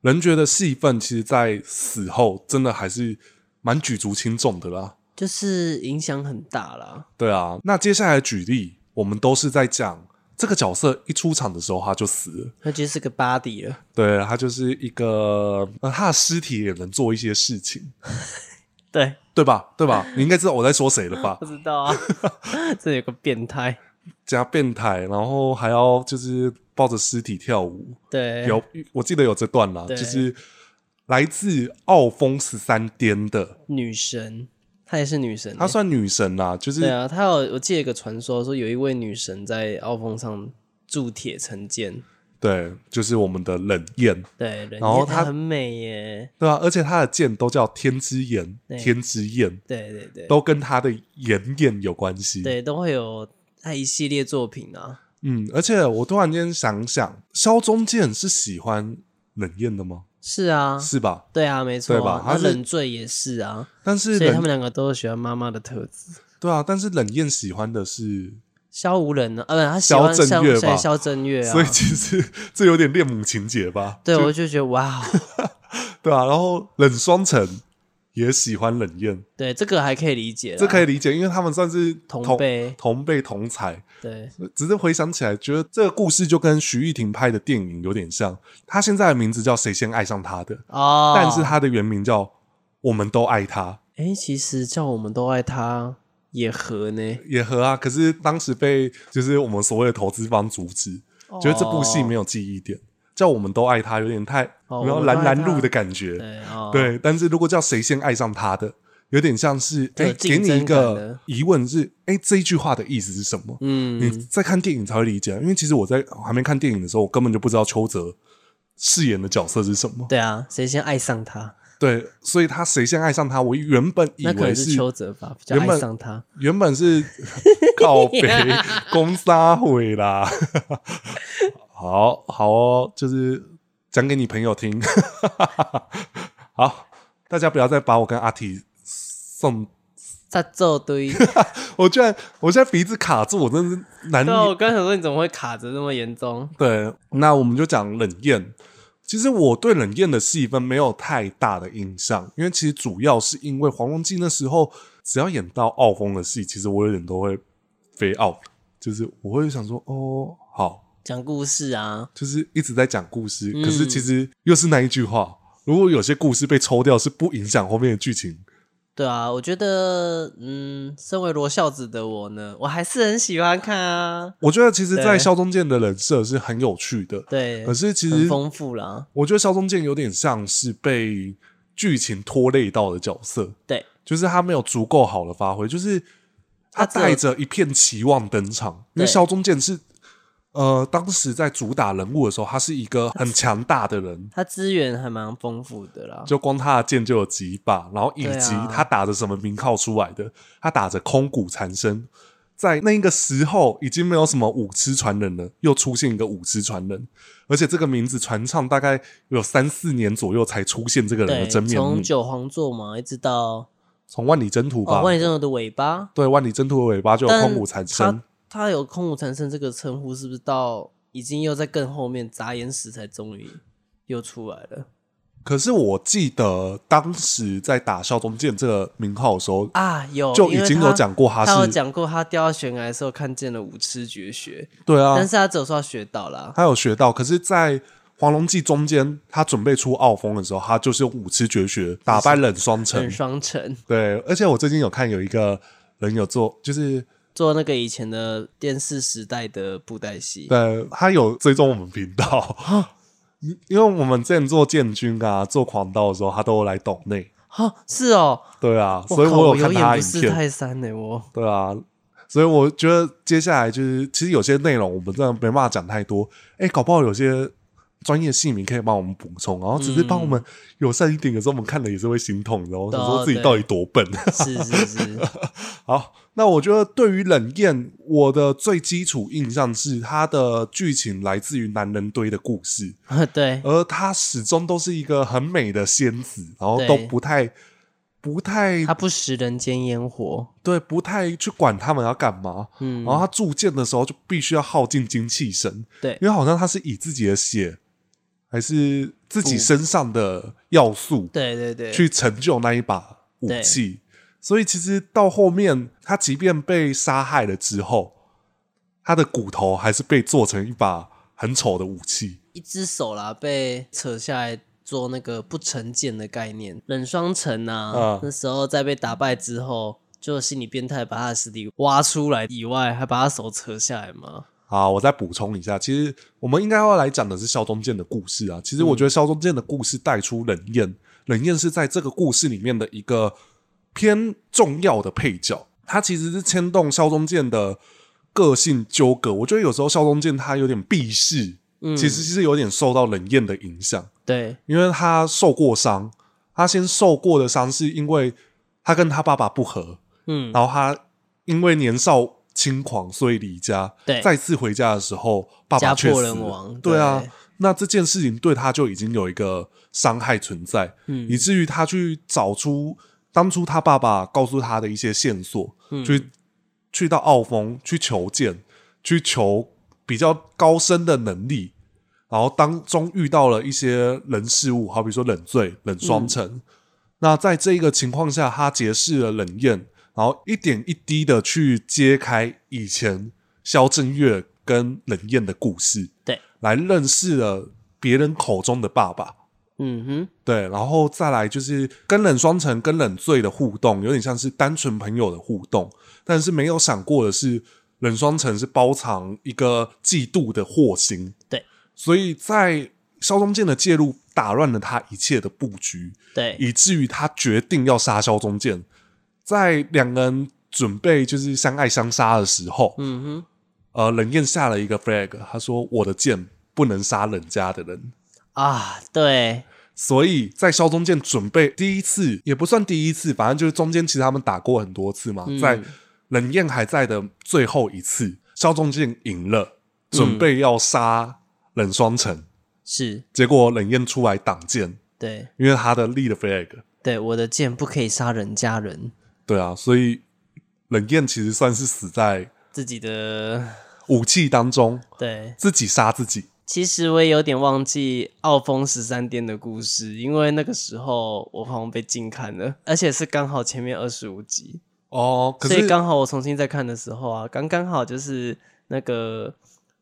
A: 人觉得戏份，其实，在死后真的还是蛮举足轻重的啦。
B: 就是影响很大啦。
A: 对啊，那接下来举例，我们都是在讲这个角色一出场的时候他就死了，
B: 那就是个 body 了，
A: 对他就是一个，呃，他的尸体也能做一些事情，
B: 对，
A: 对吧？对吧？你应该知道我在说谁了 吧
B: 不？知道啊，这有个变态，
A: 加变态，然后还要就是抱着尸体跳舞，
B: 对，
A: 有我记得有这段啦，
B: 对
A: 就是来自傲风十三颠的，
B: 女神，她也是女神欸、
A: 她算女神啦，就
B: 对
A: 是
B: 啊，她有我记得一个传说，说有一位女神在鳌峰上铸铁成剑，
A: 对，就是我们的冷艳，
B: 对，人
A: 然后
B: 也她
A: 她
B: 很美耶，
A: 对啊吧、而且她的剑都叫天之炎
B: 对、
A: 天之焰，
B: 对对对，
A: 都跟她的炎焰有关系。，
B: 对都会有她一系列作品啊，
A: 嗯，而且我突然间想想，萧中剑是喜欢冷艳的吗？
B: 是啊，
A: 是吧？
B: 对啊，没错、
A: 对吧
B: 啊，
A: 她
B: 那
A: 是
B: 冷醉也是啊，
A: 但是
B: 所以他们
A: 冷
B: 两个都喜欢妈妈的特质。
A: 对啊，但是冷艳喜欢的是，
B: 萧无人呢？啊，不，他喜欢
A: 萧正月吧
B: 萧萧正月啊。
A: 所以其实 这有点恋母情节吧？
B: 对，我就觉得哇哦，
A: 对啊，然后冷双城也喜欢冷艳，
B: 对这个还可以理解啦，
A: 这可以理解，因为他们算是
B: 同
A: 同
B: 辈
A: 同辈同才。
B: 对
A: 只是回想起来，觉得这个故事就跟徐玉婷拍的电影有点像。他现在的名字叫《谁先爱上他的》，
B: 哦。
A: 但是他的原名叫《我们都爱他
B: 哎，其实叫我们都爱他也合呢》，，
A: 也合啊。可是当时被就是我们所谓的投资方阻止，
B: 哦
A: 觉得这部戏没有记忆点，叫《我们都爱他》有点太
B: 哦
A: 然后
B: 我们都爱
A: 蓝蓝
B: 他
A: 路的感觉。
B: 对哦，
A: 对，但是如果叫谁先爱上他的，有点像是
B: 这有
A: 哎、给
B: 竞
A: 你
B: 争
A: 一
B: 感
A: 个
B: 的
A: 疑问是，哎、这一句话的意思是什么？你
B: 嗯，
A: 在看电影才会理解，因为其实我在还没看电影的时候，我根本就不知道邱泽饰演的角色是什么。
B: 对啊，谁先爱上他？
A: 对，所以他谁先爱上他，我原本以
B: 那可
A: 为
B: 能是邱泽吧，比较
A: 原本
B: 爱上他。
A: 原本 是靠北攻杀毁啦。 好好哦，就是讲给你朋友听。 好，大家不要再把我跟阿提送
B: 他奏堆，
A: 我居然，我现在鼻子卡住，我真的是难以
B: 对啊，我刚想说你怎么会卡着那么严重？
A: 对，那我们就讲冷艳。其实我对冷艳的戏份没有太大的印象，因为其实主要是因为黄荣记那时候只要演到傲风的戏，其实我有点都会飞 out，就是我会想说哦，好，
B: 讲故事啊，
A: 就是一直在讲故事，
B: 嗯
A: 可是其实又是那一句话。如果有些故事被抽掉，是不影响后面的剧情。
B: 对啊，我觉得，嗯，身为罗孝子的我呢，我还是很喜欢看啊。
A: 我觉得其实，在
B: 对
A: 肖中建的人设是很有趣的，
B: 对，
A: 可是其
B: 很
A: 实
B: 丰富啦。
A: 我觉得萧中建有点像是被剧情拖累到的角色，
B: 对，
A: 就是他没有足够好的发挥，就是他
B: 他只有
A: 带着一片期望登场，因为
B: 对
A: 萧中建是呃当时在主打人物的时候，他是一个很强大的人。
B: 它资源还蛮丰富的啦。
A: 就光他的剑就有几把，然后以
B: 对
A: 及
B: 啊
A: 他打着什么名号出来的，他打着空谷缠身，在那个时候已经没有什么舞痴传人了，又出现一个舞痴传人，而且这个名字传唱大概有三四年左右才出现这个人的
B: 对，
A: 真面目
B: 从，九皇座嘛，一直到
A: 从万里征途吧，
B: 哦万里征途的尾巴，
A: 对，万里征途的尾巴就有
B: 但
A: 空谷缠身
B: 它，它有空无缠身这个称呼，是不是到已经又在更后面眨眼时才终于又出来了
A: 可是我记得当时在打萧中剑这个名号的时候，
B: 啊？有，
A: 就
B: 因
A: 已
B: 为
A: 经
B: 它
A: 有讲过他
B: 他有
A: 是
B: 讲过，他掉到悬崖的时候看见了五痴绝学，
A: 对啊，
B: 但是他只有说他学到啊啦。
A: 他有学到，可是，在黄龙记中间，他准备出傲风的时候，他就是用五痴绝学打败冷双城
B: 很。双城
A: 对，而且我最近有看有一个人有做，就是
B: 做那个以前的电视时代的布袋戏，
A: 对他有追踪我们频道，
B: 啊
A: 因 因为我们之前做建军啊、做狂刀的时候，他都有来懂内。
B: 哦，是哦，
A: 对啊，
B: 我
A: 所以
B: 靠
A: 我
B: 我
A: 有看
B: 有
A: 他
B: 眼
A: 的
B: 不
A: 影
B: 识
A: 片。
B: 欸泰山呢、我
A: 对啊，所以我觉得接下来就是，其实有些内容我们真的没办法讲太多。哎，搞不好有些专业姓名可以帮我们补充，然后只是帮我们友善一点。有时候我们看了也是会心痛的哦，然后想说自己到底多笨。
B: 是是是，
A: 好，那我觉得对于冷艳，我的最基础印象是它的剧情来自于男人堆的故事，
B: 对，
A: 而她始终都是一个很美的仙子，然后都
B: 对
A: 不太。不太
B: 他不食人间烟火，
A: 对，不太去管他们要干嘛。
B: 嗯，
A: 然后他铸剑的时候就必须要耗尽精气神，
B: 对
A: 哦因为好像他是以自己的血还是自己身上的要素
B: 对对对，
A: 去成就那一把武器，所以其实到后面他即便被杀害了之后，他的骨头还是被做成一把很丑的武器。
B: 一只手啦被扯下来做那个不成剑的概念，冷霜城啊，
A: 嗯
B: 那时候在被打败之后，就心理变态把他的尸体挖出来以外，还把他手扯下来嘛，
A: 啊，我再补充一下，其实我们应该要来讲的是肖中剑的故事啊。其实我觉得肖中剑的故事带出冷艳，冷艳是在这个故事里面的一个偏重要的配角，他其实是牵动肖中剑的个性纠葛。我觉得有时候肖中剑他有点避世，
B: 嗯，
A: 其实是有点受到冷艳的影响，
B: 对
A: 因为他受过伤，他先受过的伤是因为他跟他爸爸不和，
B: 嗯，
A: 然后他因为年少轻狂，所以离家。
B: 对
A: 再次回家的时候，爸爸
B: 家
A: 却
B: 破
A: 死
B: 人
A: 了
B: 亡
A: 对啊
B: 对，
A: 那这件事情对他就已经有一个伤害存在，
B: 嗯
A: 以至于他去找出当初他爸爸告诉他的一些线索，
B: 嗯
A: 去去到澳峰去求见，去求比较高深的能力。然后当中遇到了一些人事物，好比说冷醉、冷
B: 嗯
A: 双城，那在这一个情况下，他结识了冷艳，然后一点一滴的去揭开以前萧正月跟冷艳的故事，
B: 对，
A: 来认识了别人口中的爸爸。
B: 嗯哼，
A: 对，然后再来就是跟冷双城、跟冷醉的互动，有点像是单纯朋友的互动，但是没有想过的是，冷双城是包藏一个嫉妒的祸心。
B: 对，
A: 所以在萧中剑的介入，打乱了他一切的布局。
B: 对，
A: 以至于他决定要杀萧中剑。在两个人准备就是相爱相杀的时候，
B: 嗯哼，
A: 呃，冷艳下了一个 flag，他说：“我的剑不能杀冷家的人。
B: 啊，对，”
A: 所以在萧中剑准备第一次，也不算第一次，反正就是中间其实他们打过很多次嘛。
B: 嗯
A: 在冷艳还在的最后一次，萧中剑赢了，
B: 嗯
A: 准备要杀冷双城，
B: 是，
A: 结果冷艳出来挡剑，
B: 对
A: 因为他的立了 flag。
B: 对，我的剑不可以杀人家人，
A: 对啊，所以冷艳其实算是死在
B: 自己的
A: 武器当中，
B: 对。
A: 自己杀自己。
B: 其实我也有点忘记澳峰十三店的故事，因为那个时候我好像被禁看了，而且是刚好前面二十五集，
A: 哦，可
B: 所以
A: 是
B: 刚好我重新再看的时候啊，刚刚好就是那个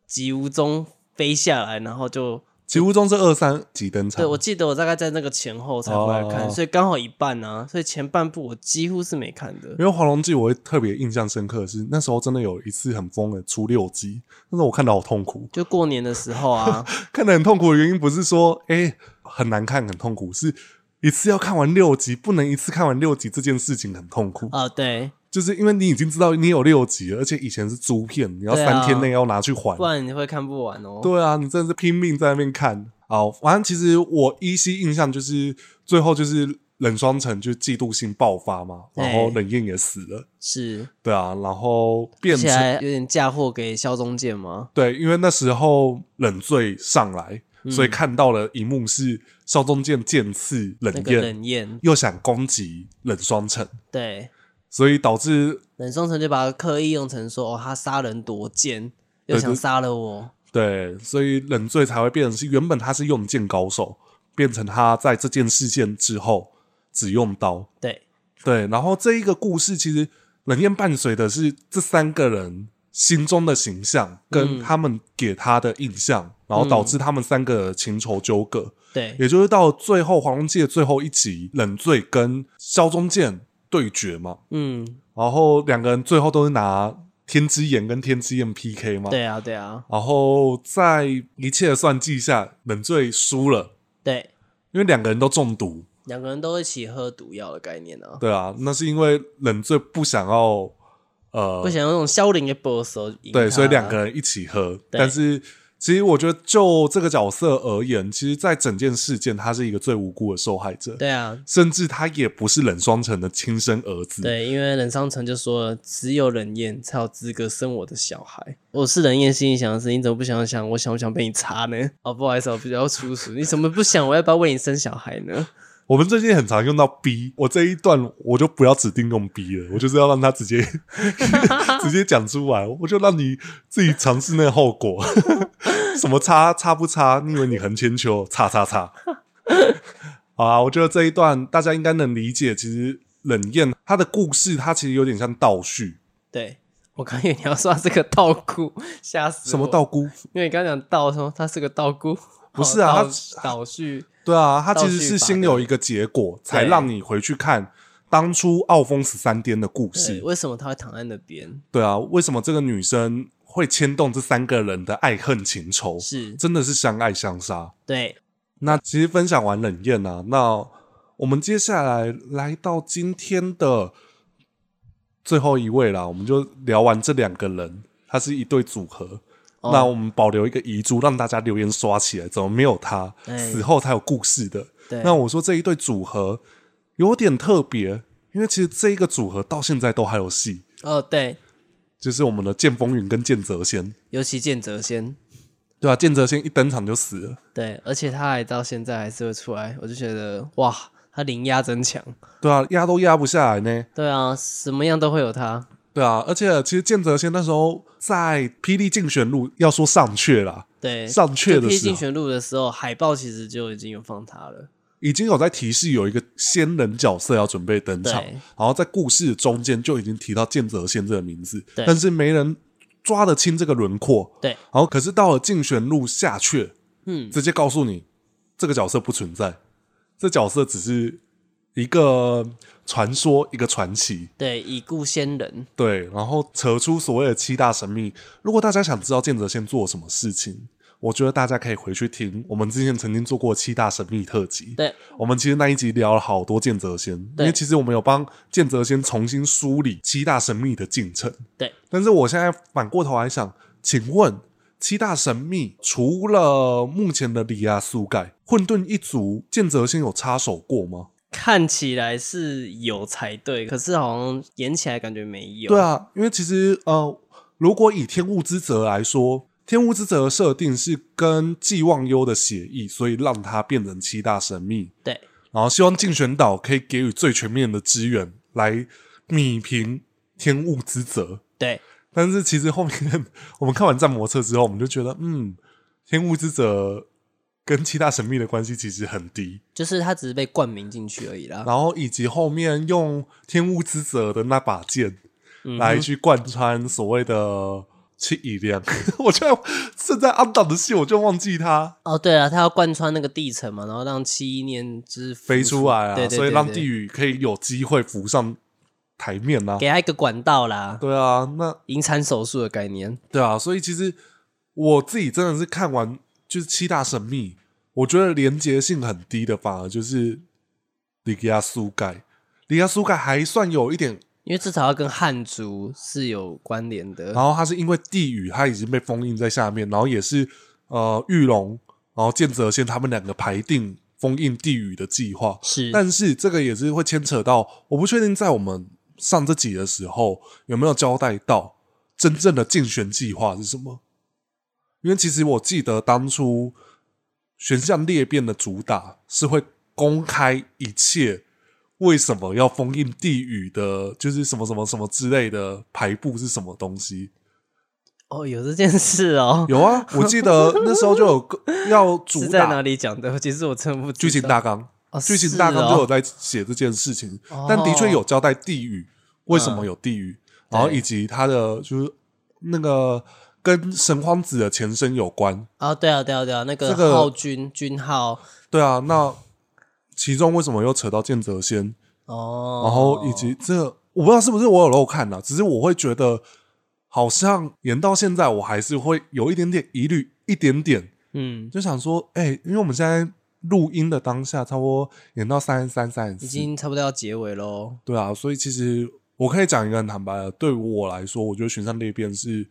B: 吉无中飞下来，然后就
A: 吉屋中是二三级登场
B: 对，我记得我大概在那个前后才回来看，
A: 哦
B: 所以刚好一半啊，所以前半部我几乎是没看的
A: 因为《黄龙记》我会特别印象深刻的是，那时候真的有一次很疯的出六集，那时候我看到好痛苦，
B: 就过年的时候 啊，
A: 看得很痛苦的原因不是说哎、诶很难看很痛苦，是一次要看完六集，不能一次看完六集这件事情很痛苦，
B: 啊对，
A: 就是因为你已经知道你有六集了，而且以前是租片，你要
B: 对啊
A: 三天内要拿去还
B: 不，然你会看不完哦。
A: 对啊，你真的是拼命在那边看。好，反正其实我依稀印象就是最后就是冷双城就嫉妒心爆发嘛，
B: 对
A: 然后冷艳也死了，
B: 是，
A: 对啊，然后
B: 而
A: 变
B: 且
A: 成
B: 还有点嫁祸给萧中剑吗？
A: 对，因为那时候冷醉上来，
B: 嗯
A: 所以看到了一幕是邵中剑剑刺冷
B: 那个
A: 艳，
B: 冷艳，
A: 又想攻击冷双城，
B: 对，
A: 所以导致
B: 冷双城就把它刻意用成说哦，他杀人夺剑，又
A: 对
B: 想
A: 对
B: 杀了我，
A: 对，所以冷醉才会变成是原本他是用剑高手，变成他在这件事件之后只用刀。
B: 对，
A: 对，然后这一个故事其实冷艳伴随的是这三个人心中的形象跟他们给他的印象，然后导致他们三个情仇纠葛。
B: 对，
A: 也就是到最后黄龙记的最后一集，冷醉跟萧中剑对决嘛，
B: 嗯，
A: 然后两个人最后都是拿天之眼跟天之焰 PK 嘛。
B: 对啊，对啊，
A: 然后在一切的算计下，冷醉输了，
B: 对，
A: 因为两个人都中毒。
B: 两个人都一起喝毒药的概念啊，
A: 对啊，那是因为冷醉不想要呃
B: 不，想用那种萧凌的 boss 赢
A: 对，
B: 他
A: 所以两个人一起喝。
B: 对
A: 但是其实我觉得，就这个角色而言，其实，在整件事件，他是一个最无辜的受害者，
B: 对啊，
A: 甚至他也不是冷双城的亲生儿子。
B: 对，因为冷商城就说了，只有冷艳才有资格生我的小孩。我是冷艳，心里想的是，你怎么不想想我想不想被你插呢？哦，不好意思，我比较粗俗，你怎么不想我要不要为你生小孩呢？
A: 我们最近很常用到 B，我这一段我就不要指定用 B 了，我就是要让他直 接 直接讲出来，我就让你自己尝试那个后果。 什么差差不差？你以为你很千秋？差差 差！好啊，我觉得这一段大家应该能理解。其实冷艳她的故事，她其实有点像倒叙，
B: 对我刚以为你要说他是个道姑，吓死
A: 什么
B: 我
A: 道？姑？
B: 因为你刚刚讲道说他是个道姑，
A: 不是啊
B: 哦
A: 他
B: 道 道具
A: 对啊，它其
B: 倒
A: 实
B: 叙
A: 是
B: 法
A: 先
B: 的
A: 有一个结果，才
B: 对
A: 让你回去看当初傲风十三颠的故事
B: 对，。为什么他会躺在那边？
A: 对啊，为什么这个女生会牵动这三个人的爱恨情仇？
B: 是
A: 真的是相爱相杀。
B: 对，
A: 那其实分享完冷艳啊，那我们接下来来到今天的最后一位啦，我们就聊完这两个人，他是一对组合。
B: 哦
A: 那我们保留一个遗珠，让大家留言刷起来。怎么没有他？
B: 哎
A: 死后才有故事的。
B: 对
A: 那我说这一对组合有点特别，因为其实这一个组合到现在都还有戏。
B: 哦对，
A: 就是我们的剑风云跟剑泽仙，
B: 尤其见泽先。
A: 对啊，剑泽仙一登场就死了，
B: 对，而且他还到现在还是会出来，我就觉得哇，他灵压真强。
A: 对啊，压都压不下来呢，
B: 对啊，什么样都会有他。
A: 对啊，而且其实剑泽仙那时候在霹雳竞选路，要说上阙啦，
B: 对，
A: 上阙的
B: 就贴
A: 时
B: 近
A: 候
B: 玄路的时候，海报其实就已经有放他了。
A: 已经有在提示有一个仙人角色要准备登场，
B: 对
A: 然后在故事中间就已经提到剑泽仙这个名字，
B: 对
A: 但是没人抓得清这个轮廓，
B: 对，
A: 然后可是到了竞选路下阙，
B: 嗯，
A: 直接告诉你这个角色不存在，这角色只是一个传说，一个传奇。
B: 对，已故仙人，
A: 对，然后扯出所谓的七大神秘。如果大家想知道剑泽先做了什么事情，我觉得大家可以回去听我们之前曾经做过七大神秘特辑。
B: 对，
A: 我们其实那一集聊了好多剑泽先，因
B: 对
A: 为其实我们有帮剑泽先重新梳理七大神秘的进程。
B: 对，
A: 但是我现在反过头来想，请问七大神秘除了目前的里亚苏盖、混沌一族，剑泽先有插手过吗？
B: 看起来是有才对，可是好像演起来感觉没有。
A: 对，啊，因为其实呃，如果以天物之泽来说，天物之泽的设定是跟寄望优的协议，所以让它变成七大神秘，
B: 对，
A: 然后希望竞选岛可以给予最全面的支援来弭平天物之泽。
B: 对，
A: 但是其实后面我们看完《战魔册》之后，我们就觉得，嗯，天物之泽跟七大神秘的关系其实很低，
B: 就是他只是被冠名进去而已啦。
A: 然后以及后面用天物之泽的那把剑
B: 嗯哼
A: 来去贯穿所谓的七以量， 我居然正在安档的戏，我就忘记它
B: 哦，对了，他要贯穿那个地层嘛，然后让七念之
A: 飞出来啊，
B: 对对对
A: 所以让
B: 对
A: 地狱可以有机会浮上台面啊。
B: 给他一个管道啦，
A: 对啊，那
B: 引产手术的概念。
A: 对啊，所以其实我自己真的是看完就是七大神秘，我觉得连结性很低的，反而就是里亚苏盖，里亚苏盖还算有一点
B: 因为至少要跟汉族是有关联的。
A: 然后它是因为地雨，它已经被封印在下面，然后也是呃玉龙，然后剑泽县他们两个排定封印地雨的计划。
B: 是，
A: 但是这个也是会牵扯到，我不确定在我们上这集的时候有没有交代到真正的竞选计划是什么。因为其实我记得当初选项裂变的主打是会公开一切为什么要封印地狱的，就是什么什么什么之类的排布是什么东西。
B: 哦，有这件事哦，
A: 有啊，我记得那时候就有 个要主
B: 是在哪
A: 打
B: 里讲的？其实我真的不知道
A: 剧情大纲，
B: 哦
A: 剧情大纲
B: 是哦
A: 就有在写这件事情，
B: 哦
A: 但的确有交代地狱为什么有地狱，
B: 对
A: 然后以及它的就是呃那个跟神荒子的前身有关。
B: 啊，对啊，对啊，对啊，那
A: 这
B: 个
A: 个
B: 浩君君浩
A: 对
B: 嗯
A: 啊，那其中为什么又扯到剑泽仙？
B: 哦，
A: 然后以及这我不知道是不是我有漏看啦，只是我会觉得好像演到现在，我还是会有一点点疑虑，一点点。
B: 嗯，
A: 就想说，哎、因为我们现在录音的当下，差不多演到三十三、三十四，
B: 已经差不多要结尾喽。
A: 对啊，所以其实我可以讲一个很坦白的，对我来说，我觉得《寻山裂变》是，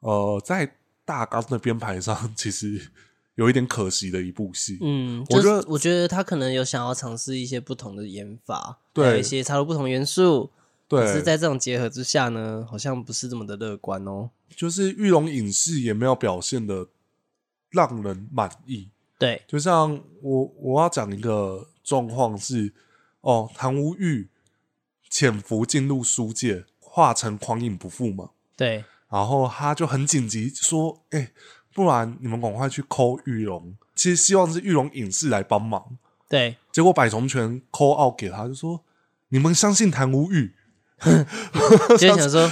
A: 呃，在大纲的编排上其实 有一点可惜的一部戏。
B: 嗯，
A: 我
B: 就是
A: 觉得
B: 我觉得他可能有想要尝试一些不同的演法，
A: 对
B: 还有一些插入不同元素，可
A: 对，
B: 是在这种结合之下呢，好像不是这么的乐观哦。
A: 就是玉龙影视也没有表现的让人满意。
B: 对，
A: 就像我我要讲一个状况是，哦，唐无玉潜伏进入书界，化成狂影不复嘛，
B: 对，
A: 然后他就很紧急说，哎、不然你们赶快去抠玉龙，其实希望是玉龙影视来帮忙。
B: 对，
A: 结果百重拳抠奥给他，就说你们相信谭无玉，
B: 就想说，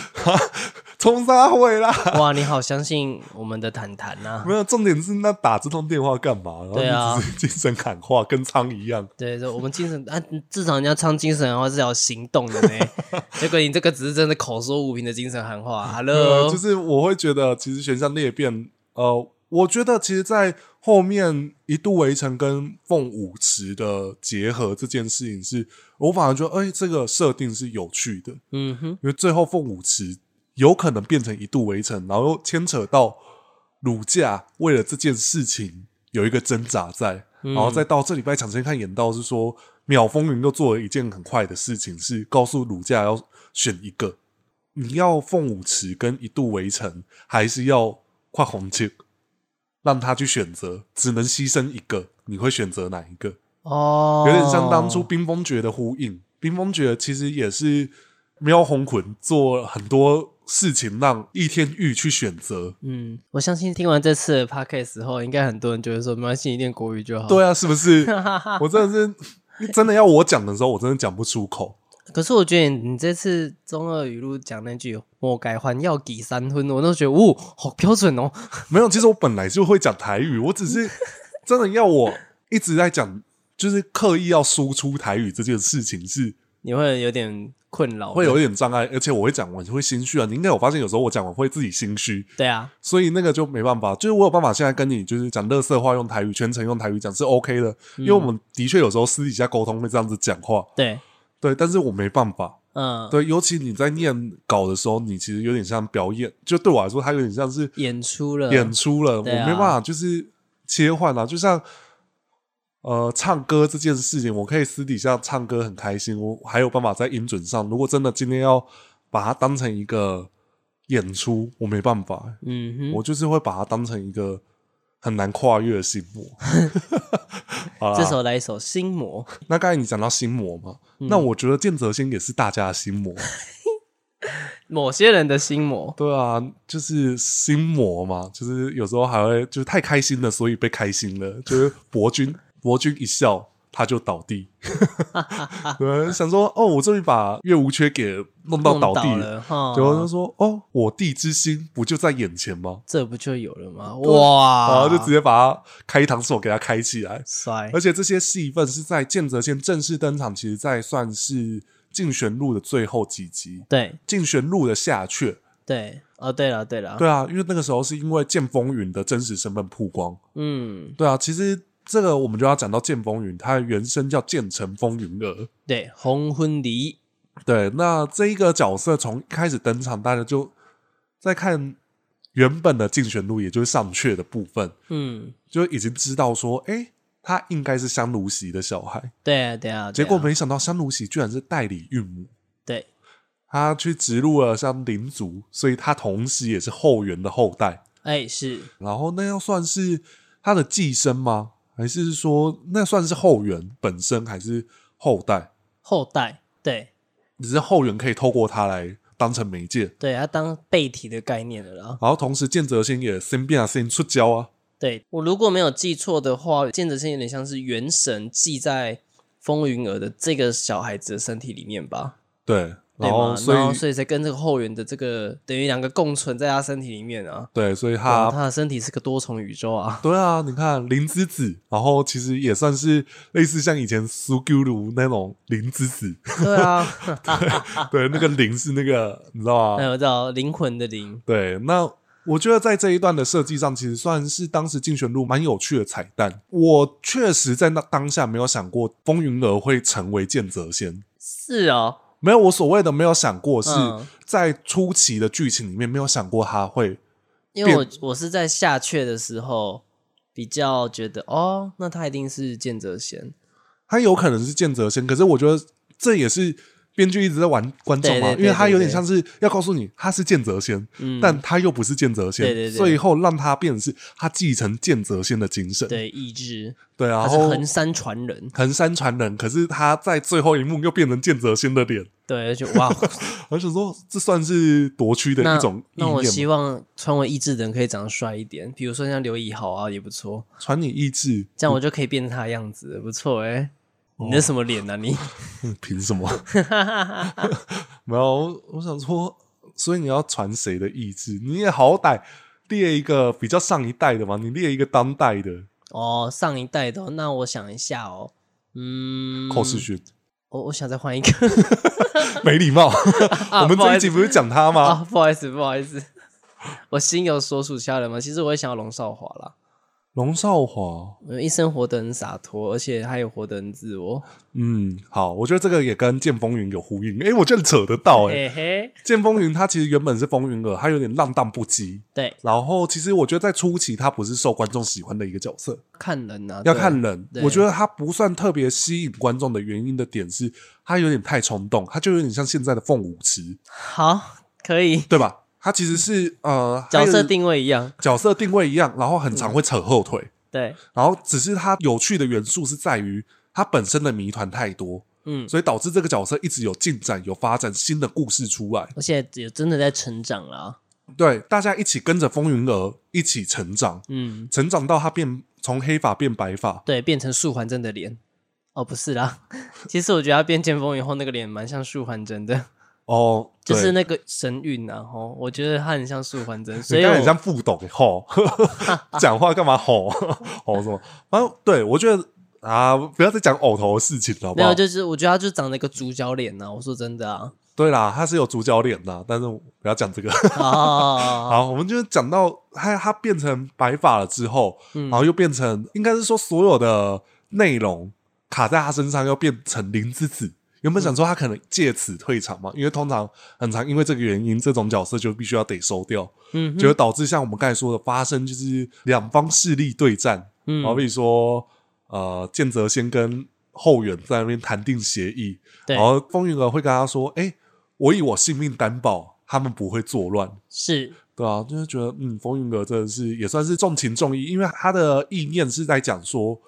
A: 冲杀会啦。
B: 哇，你好相信我们的啊谈谈呐
A: 没？有，重点是那打这通电话干嘛？
B: 对
A: 然后
B: 啊
A: 你只是精神喊话，跟苍一样。
B: 对，说我们精神啊，至少人家唱精神喊话是要有行动的 呢。结果你这个只是真的口说无凭的精神喊话
A: 呃，
B: ，Hello，
A: 就是我会觉得，其实选项裂变，呃，我觉得其实，在后面一度围城跟凤舞池的结合这件事情是，我反而觉得，哎、这个设定是有趣的，因
B: 嗯哼，
A: 为最后凤舞池有可能变成一度围城，然后又牵扯到乳价为了这件事情有一个挣扎在，然后再到这礼拜抢先看演到是说，秒风云又做了一件很快的事情，是告诉乳价要选一个。你要凤舞池跟一度围城，还是要跨红青？让他去选择，只能牺牲一个，你会选择哪一个？
B: 哦，
A: 有点像当初冰封诀的呼应。冰封诀其实也是喵红魂做很多事情，让易天玉去选择。
B: 嗯，我相信听完这次的 podcast 后，应该很多人就会说，没关系，你练国语就好。
A: 对啊，是不是？我真的是，真的要我讲的时候，我真的讲不出口。
B: 可是我觉得你这次中二语录讲那句“莫改还要给三分”，我都觉得哦，好标准哦。
A: 没有，其实我本来就会讲台语，我只是真的要我一直在讲，就是刻意要输出台语这件事情是
B: 你会有点困扰，
A: 会有一点障碍，而且我会讲完就会心虚啊。你应该有发现，有时候我讲完会自己心虚，
B: 对啊，
A: 所以那个就没办法。就是我有办法现在跟你就是讲乐色话用台语，全程用台语讲是 OK 的，因
B: 嗯
A: 为我们的确有时候私底下沟通会这样子讲话，
B: 对，
A: 对，但是我没办法。
B: 嗯，
A: 对，尤其你在念稿的时候，你其实有点像表演，就对我来说，它有点像是
B: 演出了，
A: 演出了，我
B: 对啊
A: 没办法就是切换啊，就像呃唱歌这件事情，我可以私底下唱歌很开心，我还有办法在音准上。如果真的今天要把它当成一个演出，我没办法，欸
B: 嗯哼，
A: 我就是会把它当成一个很难跨越的心 魔。好
B: 这
A: 啦，
B: 时候来一首嗯《心魔》，
A: 那刚才你讲到心魔嘛，那我觉得剑泽心也是大家的心 魔，
B: 某些人的心魔，
A: 对啊，就是心魔嘛，就是有时候还会就是太开心了，所以被开心了，就是博君博君一笑他就倒 地，对，想说哦，我终于把月无缺给弄到
B: 弄
A: 倒地
B: 了嗯哈，
A: 结果就说哦，我地之心不就在眼前吗？
B: 这不就有了吗？
A: 对然
B: 哇，
A: 后就直接把他开膛手给他开起来，
B: 摔
A: 而，且这些戏份是在剑泽县正式登场，其实在算是竞选录的最后几集，
B: 对
A: 竞选录的下阙。
B: 对，哦，对了对了，
A: 对啊，因为那个时候是因为剑风云的真实身份曝光。
B: 嗯，
A: 对啊，其实这个我们就要讲到剑风云，它的原声叫剑城风云儿。
B: 对，红婚离，
A: 对，那这一个角色从一开始登场，大家就在看原本的竞选录，也就是上阙的部分，
B: 嗯，
A: 就已经知道说，哎、他应该是香炉喜的小孩。
B: 对啊对啊，对
A: 结
B: 啊
A: 果没想到香炉喜居然是代理孕母，
B: 对，
A: 他去植入了像灵族，所以他同时也是后援的后代。
B: 哎是，
A: 然后那要算是他的寄生吗？还是说那算是后援本身，还是后代？
B: 后代，对
A: 只是后援可以透过他来当成媒介。
B: 对，要当背体的概念了啦。
A: 然后同时，建泽星也生病啊，先出交啊，
B: 对我如果没有记错的话，剑泽线有点像是元神记在风云儿的这个小孩子的身体里面吧。
A: 对，
B: 对
A: 然后
B: 吗？然后
A: 所以
B: 所以才跟这个后援的这个等于两个共存在他身体里面啊。
A: 对，所以
B: 啊，
A: 他
B: 他的身体是个多重宇宙啊。
A: 对啊，你看灵之子，然后其实也算是类似像以前苏咕鲁那种灵之子，
B: 对 啊，
A: 对，那个灵是那个你知道吗？
B: 哎那我知道灵魂的灵。
A: 对，那我觉得在这一段的设计上，其实算是当时竞选录蛮有趣的彩蛋。我确实在那当下没有想过风云儿会成为剑泽仙，
B: 是哦，
A: 没有，我所谓的没有想过，是
B: 嗯
A: 在初期的剧情里面没有想过他会
B: 因为我我是在下阙的时候比较觉得哦，那他一定是剑泽贤，
A: 他有可能是剑泽先，可是我觉得这也是编剧一直在玩观众嘛，
B: 对对对
A: 因为他有点
B: 对对
A: 像是要告诉你他是剑泽先，
B: 嗯
A: 但他又不是剑泽先，
B: 对对对
A: 最后让他变成是他继承剑泽先的精神，
B: 对意志，
A: 对啊，
B: 他
A: 然
B: 是
A: 后
B: 横山传人，
A: 横山传人，可是他在最后一幕又变成剑泽先的脸，
B: 对， 而且哇，
A: 我想说这算是夺区的
B: 那
A: 一种意
B: 那我
A: 念
B: 希
A: 嘛，
B: 望穿为意志的人可以长得帅一点，比如说像刘以豪啊，也不错，
A: 传你意志，
B: 这样我就可以变成他的样子，不错哎、
A: 哦
B: 你那什么脸啊你？
A: 嗯凭什么？没有，我想说，所以你要传谁的意志？你也好歹列一个比较上一代的嘛，你列一个当代的
B: 哦，上一代的哦，那我想一下哦，嗯，
A: 寇世勋，
B: 我我想再换一个
A: 没礼 貌。 我们
B: 啊不好
A: 这
B: 意
A: 一
B: 思
A: 集不是讲他吗？
B: 啊， 不好意思，不好意思，我心有所属其他人嘛，其实我也想要龙少华啦，
A: 龙少华，
B: 我一生活得很洒脱，而且还有活得很自我，
A: 嗯，好，我觉得这个也跟《剑风云》有呼应。诶，我觉得扯得到诶，
B: 嘿嘿，
A: 《剑风云》它其实原本是风云儿，它有点浪荡不羁。
B: 对，
A: 然后，其实我觉得在初期，他不是受观众喜欢的一个角色，
B: 看人呐、啊，
A: 要
B: 对
A: 看人。
B: 对
A: 我觉得他不算特别吸引观众的原因的点是，他有点太冲动，他就有点像现在的凤舞池，
B: 好，可以，
A: 对吧？他其实是呃
B: 角
A: 还
B: 色
A: 有
B: 定嗯位一样，
A: 角色定位一样，然后很常会扯后腿，
B: 对，
A: 然后只是他有趣的元素是在于他本身的谜团太多，
B: 嗯，
A: 所以导致这个角色一直有进展、有发展新的故事出来。
B: 而且也真的在成长啦，
A: 对，大家一起跟着风云儿一起成长，
B: 嗯，
A: 成长到他变从黑发变白发，
B: 对，变成素还真的脸。哦，不是啦， 其实我觉得他变剑锋以后，那个脸蛮像素还真的，
A: 哦，
B: 就是
A: 对
B: 那个神韵啊，吼，我觉得他很像素还真，所
A: 你
B: 以
A: 刚才
B: 我
A: 很像副董欸 吼，讲话干嘛吼吼什么？反正对我觉得啊，不要再讲偶头的事情了，好不
B: 没
A: 好
B: 有，？就是我觉得他就长了一个主角脸呐、我说真的啊，
A: 对啦，他是有主角脸的，但是不要讲这个。
B: 哦，
A: 好，我们就讲到他他变成白发了之后，
B: 嗯
A: 然后又变成应该是说所有的内容卡在他身上，又变成林之子。原
B: 嗯
A: 本想说他可能借此退场嘛，因为通常很常因为这个原因，这种角色就必须要得收掉，
B: 嗯
A: 就会导致像我们刚才说的发生就是两方势力对战，
B: 嗯
A: 好比说呃剑泽先跟后援在那边谈定协议，
B: 对
A: 然后风云儿会跟他说：“哎、我以我性命担保，他们不会作乱。”
B: 是，
A: 对啊，就是觉得嗯，风云阁真的是也算是重情重义，因为他的意念是在讲说，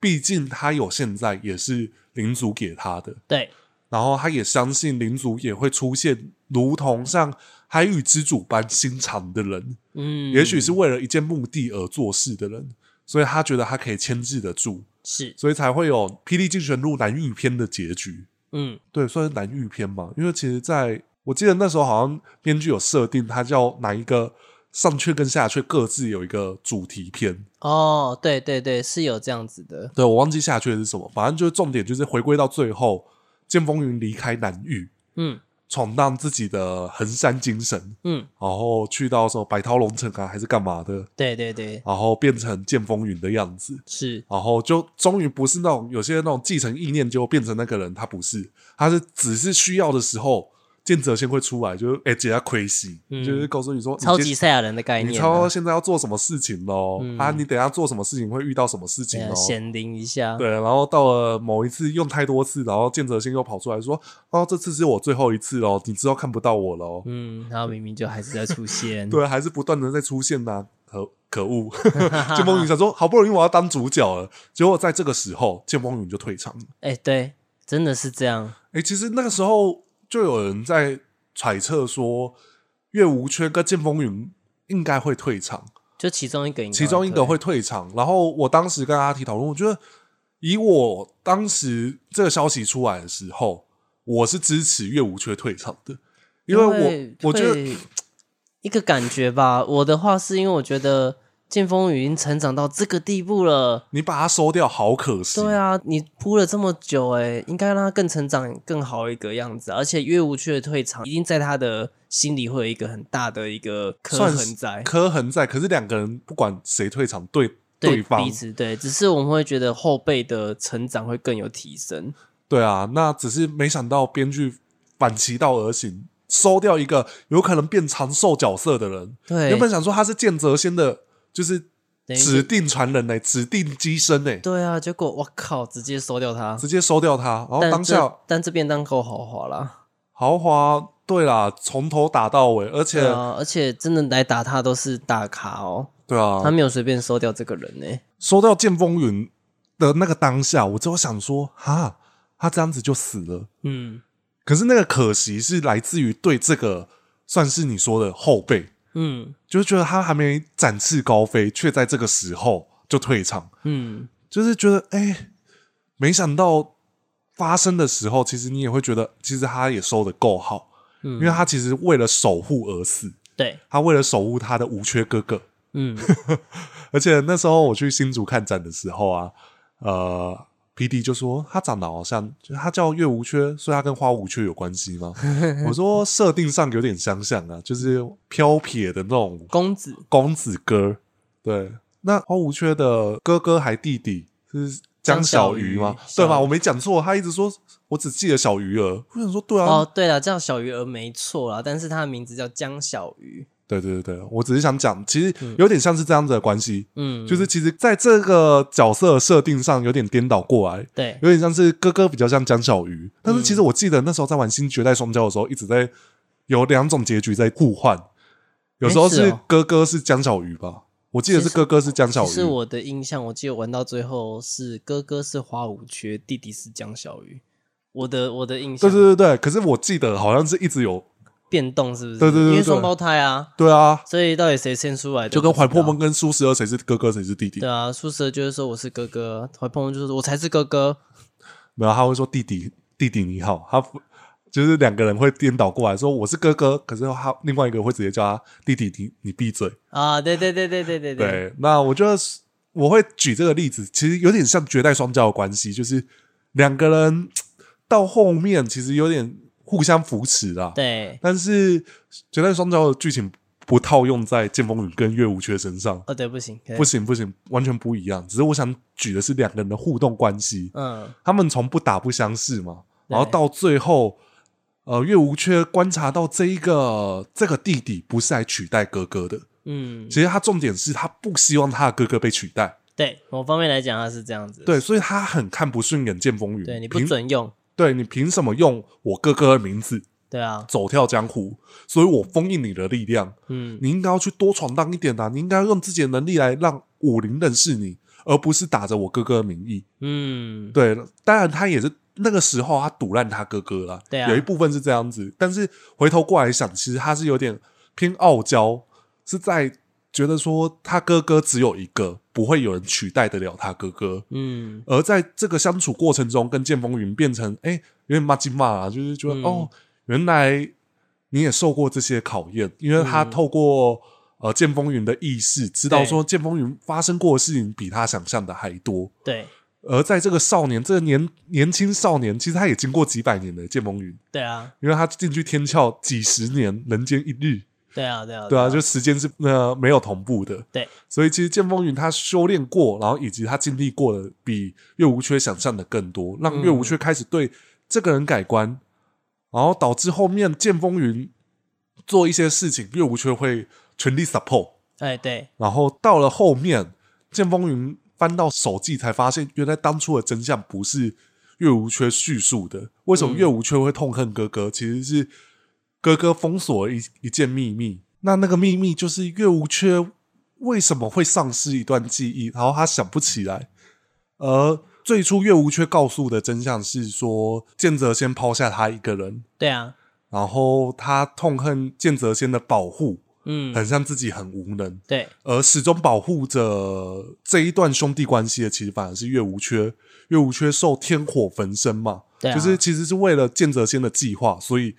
A: 毕竟他有现在也是领主给他的，
B: 对，
A: 然后他也相信领主也会出现如同像海宇之主般心肠的人，
B: 嗯，
A: 也许是为了一件目的而做事的人，所以他觉得他可以牵制得住，
B: 是，
A: 所以才会有《霹雳竞选录》南域篇的结局。
B: 嗯，
A: 对，算是南域篇嘛，因为其实在我记得那时候好像编剧有设定，它叫哪一个上阙跟下阙各自有一个主题篇，
B: 哦，对对对，是有这样子的，
A: 对我忘记下阙是什么，反正就是重点就是回归到最后，剑风云离开南域，
B: 嗯
A: 闯荡自己的衡山精神，
B: 嗯，
A: 然后去到什么百涛龙城啊，还是干嘛的，
B: 对对对，
A: 然后变成剑风云的样子。
B: 是，
A: 然后就终于不是那种有些那种继承意念就变成那个人，他不是，他是只是需要的时候，剑泽先会出来，就是哎，姐他亏心，
B: 嗯
A: 就是告诉你说，
B: 超
A: 你
B: 级
A: 接
B: 赛亚人的概
A: 你
B: 念、
A: 超
B: 啊，
A: 现在要做什么事情咯，
B: 嗯
A: 啊，你等一下做什么事情会遇到什么事情
B: 对啊
A: 咯。
B: 显灵一下，
A: 对，然后到了某一次用太多次，然后剑泽先又跑出来说：“哦，这次是我最后一次哦，你之后看不到我喽。
B: 嗯，然后明明就还是在出现，
A: 对，还是不断的在出现呐、可可恶！ 剑风云想说，好不容易我要当主角了，结果在这个时候，剑风云就退场了。
B: 哎、对，真的是这样，
A: 哎、其实那个时候就有人在揣测说，岳无缺跟剑风云应该会退场，
B: 就其中一个应该，
A: 其中一个会退场。然后我当时跟阿提讨论，我觉得以我当时这个消息出来的时候，我是支持岳无缺退场的，因为我我觉得
B: 会一个感觉吧。我的话是因为我觉得剑风云成长到这个地步了，
A: 你把它收掉好可惜。
B: 对啊，你铺了这么久、哎，应该让他更成长更好一个样子。而且岳无缺的退场，一定在他的心里会有一个很大的一个刻
A: 算
B: 痕在。
A: 磕痕在，可是两个人不管谁退场，对
B: 对
A: 方
B: 彼此对，只是我们会觉得后辈的成长会更有提升。
A: 对啊，那只是没想到编剧反其道而行，收掉一个有可能变长寿角色的人。
B: 对，
A: 原本想说他是剑泽先的，就是
B: 等于
A: 指定传人呢、欸指定机身呢、
B: 对啊，结果我靠，直接收掉它。
A: 直接收掉他。然后
B: 但
A: 当下
B: 这但这便当够豪华啦，
A: 豪华，对啦，从头打到尾，而且
B: 对啊，而且真的来打他都是大咖哦，
A: 对啊，
B: 他没有随便收掉这个人呢、
A: 收到《剑风云》的那个当下，我就想说，哈，他这样子就死了。
B: 嗯
A: 可是那个可惜是来自于对这个算是你说的后辈，
B: 嗯
A: 就是觉得他还没展翅高飞，却在这个时候就退场，
B: 嗯，
A: 就是觉得哎、没想到发生的时候，其实你也会觉得，其实他也收的够好，
B: 嗯
A: 因为他其实为了守护而死，
B: 对，
A: 他为了守护他的无缺哥哥，
B: 嗯
A: 而且那时候我去新竹看展的时候啊，呃，P D 就说他长得好像，就他叫月无缺，所以他跟花无缺有关系吗？我说设定上有点相像啊，就是飘撇的那种
B: 公 子
A: 公子哥。对，那花无缺的哥哥还弟弟是江小鱼吗
B: 江？小鱼
A: 对吧？我没讲错，他一直说我只记得小鱼儿，我想说对啊，
B: 哦，对了，叫小鱼儿没错啦，但是他的名字叫江小鱼，
A: 对对对对，我只是想讲，其实有点像是这样子的关系。
B: 嗯，
A: 就是其实在这个角色设定上有点颠倒过来，
B: 对，
A: 有点像是哥哥比较像江小鱼，但
B: 嗯
A: 是其实我记得那时候在玩新绝代双骄的时候，一直在有两种结局在互换，有时候
B: 诶是
A: 是
B: 哦
A: 哥哥是江小鱼吧，我记得是哥哥是江小
B: 其
A: 鱼，
B: 实我的印象，我记得玩到最后是哥哥是花无缺，弟弟是江小鱼，我的我的印
A: 对
B: 象
A: 对对对，可是我记得好像是一直有，
B: 变动是不是？
A: 对对对对
B: 因为双胞胎啊，
A: 对啊，
B: 所以到底谁先出来的
A: 就跟
B: 不知道
A: 怀破梦跟苏十二谁是哥哥谁是弟弟
B: 对，啊，宿舍就是说我是哥哥，怀碰碰就是说我才是哥哥。
A: 没有他会说弟弟弟弟你好，他就是两个人会颠倒过来说我是哥哥，可是他另外一个会直接叫他弟弟你你闭嘴。
B: 啊，对对对对对对对，
A: 对，那我觉得是我会举这个例子，其实有点像绝代双骄的关系，就是两个人到后面其实有点互相扶持啦。
B: 对，
A: 但是绝代双骄的剧情不套用在剑风云跟月无缺身上，
B: 哦对，不行，可以
A: 不行不行，完全不一样。只是我想举的是两个人的互动关系，
B: 嗯，
A: 他们从不打不相识嘛，
B: 对
A: 然后到最后。呃，月无缺观察到这一个这个弟弟不是来取代哥哥的，
B: 嗯，
A: 其实他重点是他不希望他的哥哥被取代，
B: 对，某方面来讲他是这样子，
A: 对，所以他很看不顺眼剑风云。
B: 对，你不
A: 凭，
B: 准用，
A: 对你凭什么用我哥哥的名字
B: 对啊，
A: 走跳江湖？所以我封印你的力量，
B: 嗯，
A: 你应该要去多闯荡一点啊！你应该要用自己的能力来让武林认识你，而不是打着我哥哥的名义。
B: 嗯，
A: 对，当然他也是那个时候他堵烂他哥哥了，
B: 对啊
A: 有一部分是这样子，但是回头过来想，其实他是有点偏傲娇，是在觉得说他哥哥只有一个，不会有人取代得了他哥哥。
B: 嗯，
A: 而在这个相处过程中，跟剑风云变成哎、有点骂鸡骂啊，就是觉得、
B: 嗯
A: 哦，原来你也受过这些考验，因为他透过、呃剑风云的意识，知道
B: 嗯对
A: 说剑风云发生过的事情比他想象的还多。
B: 对，
A: 而在这个少年，这个年年轻少年，其实他也经过几百年的剑风云，
B: 对啊，
A: 因为他进去天窍几十年，人间一日，
B: 对啊，对啊，
A: 对啊，就时间是呃没有同步的，
B: 对，
A: 所以其实剑风云他修炼过，然后以及他经历过的比岳无缺想象的更多，让
B: 嗯
A: 岳无缺开始对这个人改观，然后导致后面剑风云做一些事情，岳无缺会全力 support，
B: 哎对，
A: 然后到了后面，剑风云翻到手记才发现，原来当初的真相不是岳无缺叙述的。为什么
B: 嗯
A: 岳无缺会痛恨哥哥？其实是哥哥封锁了一一件秘密。那那个秘密就是岳无缺为什么会丧失一段记忆，然后他想不起来。而最初岳无缺告诉的真相是说，剑泽先抛下他一个人，
B: 对啊，
A: 然后他痛恨剑泽先的保护，
B: 嗯，
A: 很像自己很无能。
B: 对，
A: 而呃始终保护着这一段兄弟关系的，其实反而是岳无缺。岳无缺受天火焚身嘛，
B: 对啊
A: 就是其实是为了剑泽仙的计划，所以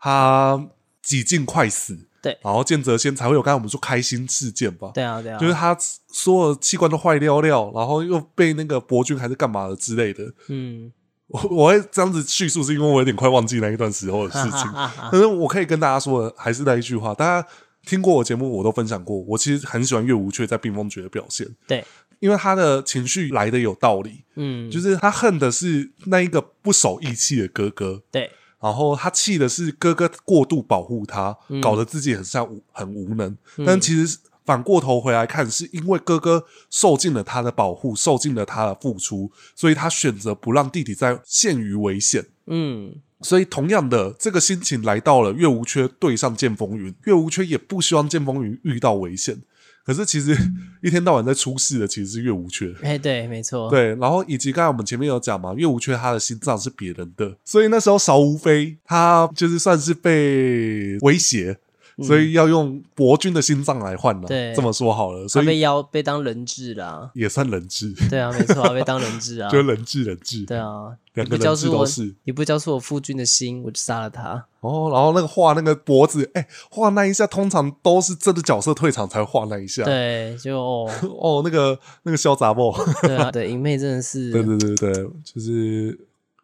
A: 他几近快死。
B: 对
A: 然后剑泽仙才会有刚才我们说开心事件吧，
B: 对啊，对啊，
A: 就是他所有器官都坏掉掉，然后又被那个伯君还是干嘛的之类的。
B: 嗯，
A: 我我会这样子叙述，是因为我有点快忘记那一段时候的事
B: 哈 哈
A: 情。
B: 哈哈，
A: 但是我可以跟大家说的还是那一句话，大家听过我节目，我都分享过，我其实很喜欢岳无缺在冰封诀的表现，
B: 对，
A: 因为他的情绪来的有道理，
B: 嗯，
A: 就是他恨的是那一个不守义气的哥哥，
B: 对，
A: 然后他气的是哥哥过度保护他，搞得自己很像无很无能。但其实反过头回来看，是因为哥哥受尽了他的保护，受尽了他的付出，所以他选择不让弟弟再陷于危险。
B: 嗯，
A: 所以，同样的，这个心情来到了岳无缺对上剑风云，岳无缺也不希望剑风云遇到危险。可是，其实
B: 嗯
A: 一天到晚在出事的其实是岳无缺。
B: 哎、对，没错，，
A: 对，然后以及刚才我们前面有讲嘛，岳无缺他的心脏是别人的，所以那时候邵无非他就是算是被威胁，所以要用伯君的心脏来换了。
B: 嗯对
A: 这么说好了，所
B: 他被
A: 以
B: 邀被当人质啦，
A: 也算人质，
B: 对啊，没错啊，被当人质啊，
A: 就人质人质。
B: 对啊，你
A: 两
B: 不
A: 个
B: 交
A: 人质
B: 出
A: 都
B: 我
A: 是，
B: 你不交出我夫君的心，我就杀了他。
A: 哦，然后那个画那个脖子，哎，画那一下通常都是真的角色退场才画那一下。，
B: 对，就哦，
A: 哦，那个那个潇洒 梦，
B: 对啊，对，银妹真的是，
A: 对对对对，对就是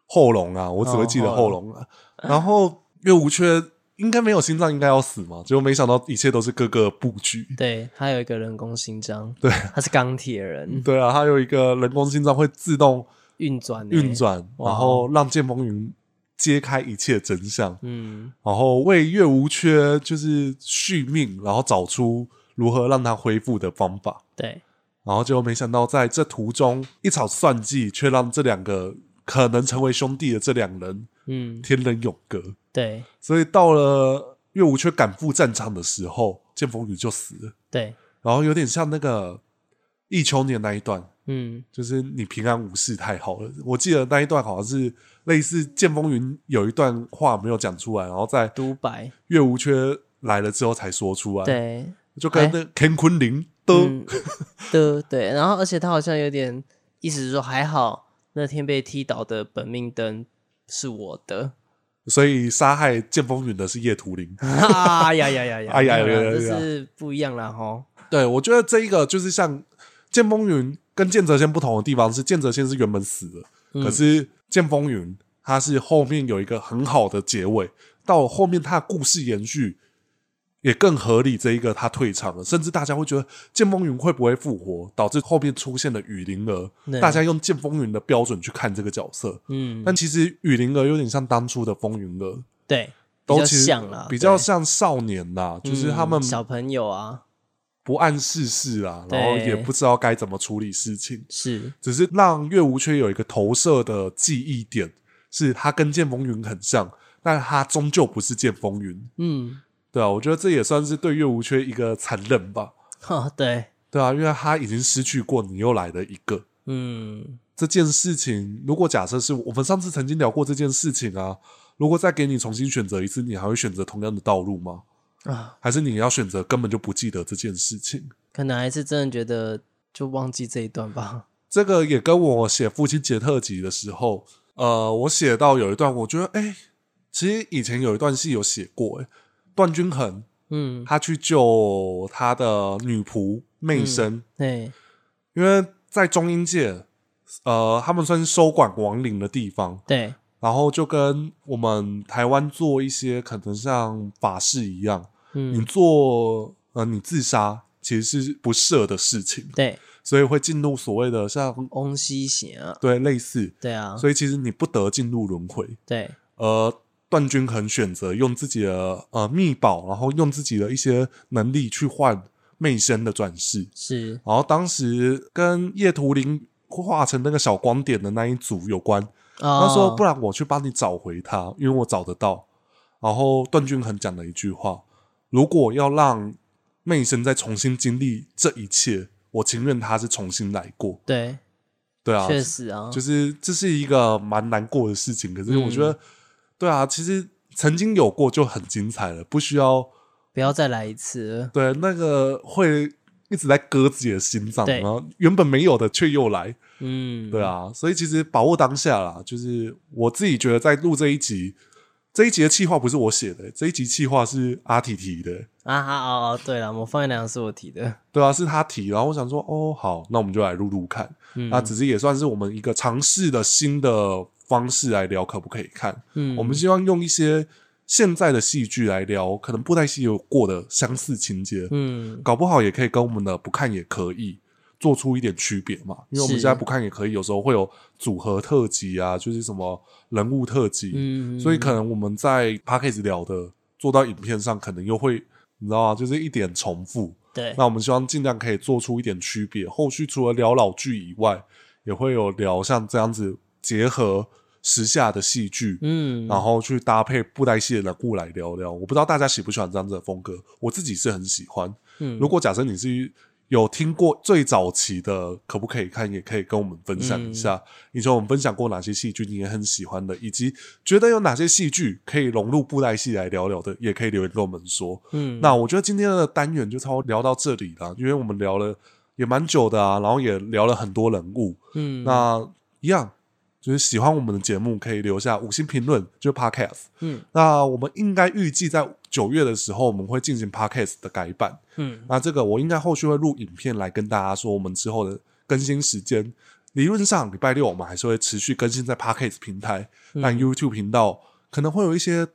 A: 后龙啊，我只会记得
B: 哦
A: 后
B: 后
A: 龙啊。然后岳无缺应该没有心脏，应该要死嘛，结果没想到一切都是各个布局。
B: 对他有一个人工心脏，
A: 对
B: 他是钢铁 人，
A: 对啊，他有一个人工心脏会自动
B: 运转欸
A: 运，转，
B: 哇
A: 然后让剑风云揭开一切真相。
B: 嗯，
A: 然后为岳无缺就是续命，然后找出如何让他恢复的方法。
B: 对，
A: 然后结果没想到在这途中一场算计，却让这两个可能成为兄弟的这两人
B: 嗯，
A: 天人永隔。
B: 对
A: 所以到了岳无缺赶赴战场的时候，剑风雨就死了。
B: 对，
A: 然后有点像那个忆秋年那一段，
B: 嗯，
A: 就是你平安无事太好了。我记得那一段好像是类似剑风云有一段话没有讲出来，然后在
B: 独白，
A: 岳无缺来了之后才说出来，
B: 对，哎
A: 就跟那乾坤林的、
B: 嗯，的对，然后而且他好像有点意思是说，还好那天被踢倒的本命灯是我的，
A: 所以杀害剑风云的是叶图 灵。
B: 啊呀呀呀呀，
A: 哎呀
B: 没有
A: 呀
B: 啦
A: 呀呀
B: 这是不一样啦吼，
A: 对，我觉得这一个就是像剑风云跟剑泽仙不同的地方是，剑泽仙是原本死的，
B: 嗯
A: 可是剑风云它是后面有一个很好的结尾，到后面它的故事延续也更合理。这一个他退场了，甚至大家会觉得剑风云会不会复活，导致后面出现了雨灵儿
B: 对，
A: 大家用剑风云的标准去看这个角色，
B: 嗯，
A: 但其实雨灵儿有点像当初的风云儿。
B: 对，比
A: 都
B: 较
A: 其实
B: 像啦，
A: 比较
B: 对
A: 像少年啦，就是他
B: 嗯
A: 们
B: 小朋友啊，
A: 不谙世事啦，然后
B: 对
A: 也不知道该怎么处理事情，
B: 是，
A: 只是让岳无缺有一个投射的记忆点，是他跟剑风云很像，但他终究不是剑风云，
B: 嗯，
A: 对啊，我觉得这也算是对岳无缺一个残忍吧，
B: 哈，对，
A: 对啊，因为他已经失去过，你又来了一个。
B: 嗯，
A: 这件事情，如果假设是我们上次曾经聊过这件事情啊，如果再给你重新选择一次，你还会选择同样的道路吗？
B: 啊，
A: 还是你要选择根本就不记得这件事情？
B: 可能还是真的觉得就忘记这一段吧，
A: 这个也跟我写父亲节特辑的时候，呃，我写到有一段，我觉得，哎、其实以前有一段戏有写过、诶段君衡
B: 嗯，
A: 他去救他的女仆媚生，
B: 对，
A: 因为在中英界，呃，他们算是收管亡灵的地方，
B: 对，
A: 然后就跟我们台湾做一些可能像法事一样，你
B: 嗯，
A: 做呃你自杀其实是不赦的事情，
B: 对，
A: 所以会进入所谓的像
B: 翁西贤啊，
A: 对类似，
B: 对啊，
A: 所以其实你不得进入轮回。
B: 对，
A: 而段君衡选择用自己的呃秘宝，然后用自己的一些能力去换媚生的转世。
B: 是，
A: 然后当时跟叶图灵画成那个小光点的那一组有关，
B: 他
A: 他说：“不然我去帮你找回他，因为我找得到。”然后段君衡讲了一句话：“如果要让媚生再重新经历这一切，我情愿他是重新来过。
B: 对，”
A: 对啊，
B: 确实啊，
A: 就是这是一个蛮难过的事情。可是
B: 嗯
A: 我觉得，对啊，其实曾经有过就很精彩了，不需要
B: 不要再来一次了，
A: 对那个会一直在割自己的心脏，
B: 对
A: 然后原本没有的却又来，
B: 嗯，
A: 对，啊，所以其实把握当下啦，就是我自己觉得在录这一集。这一集的企划不是我写的，这一集企划是阿提提的，
B: 啊哈哦哦，对了，我放在良是我提的，
A: 对啊，是他提。然后我想说，哦，好，那我们就来录录看。
B: 嗯
A: 那只是也算是我们一个尝试的新的方式来聊，可不可以看？
B: 嗯，
A: 我们希望用一些现在的戏剧来聊，可能布袋戏有过的相似情节，
B: 嗯
A: 搞不好也可以跟我们的不看也可以做出一点区别嘛，因为我们现
B: 是
A: 在不看也可以，有时候会有组合特辑啊，就是什么人物特辑，
B: 嗯，
A: 所以可能我们在 p a c k a g e 聊的做到影片上，可能又会你知道吗？就是一点重复。
B: 对
A: 那我们希望尽量可以做出一点区别。后续除了聊老剧以外，也会有聊像这样子结合时下的戏剧，
B: 嗯，
A: 然后去搭配布袋戏的人物来聊聊。我不知道大家喜不喜欢这样子的风格，我自己是很喜欢。
B: 嗯
A: 如果假设你是有听过最早期的，可不可以看？也可以跟我们分享一下，
B: 嗯
A: 以前我们分享过哪些戏剧你也很喜欢的，以及觉得有哪些戏剧可以融入布袋戏来聊聊的，也可以留言跟我们说。
B: 嗯，
A: 那我觉得今天的单元就差不多聊到这里了，因为我们聊了也蛮久的啊，然后也聊了很多人物。
B: 嗯
A: 那一样就是喜欢我们的节目，可以留下五星评论，就是 Podcast。
B: 嗯
A: 那我们应该预计在九月的时候，我们会进行 Podcast 的改版。
B: 嗯
A: 那这个我应该后续会录影片来跟大家说我们之后的更新时间。理论上礼拜六我们还是会持续更新在 Podcast 平台，但 YouTube 频道可能会有一些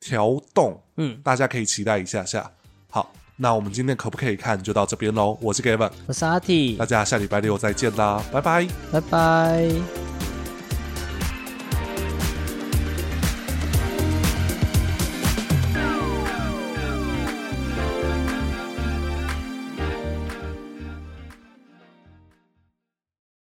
A: 调动，
B: 嗯，
A: 大家可以期待一下下。好，那我们今天可不可以看就到这边喽？我是 Gavin，
B: 我是阿 T，
A: 大家下礼拜六再见啦，拜拜。
B: 拜拜。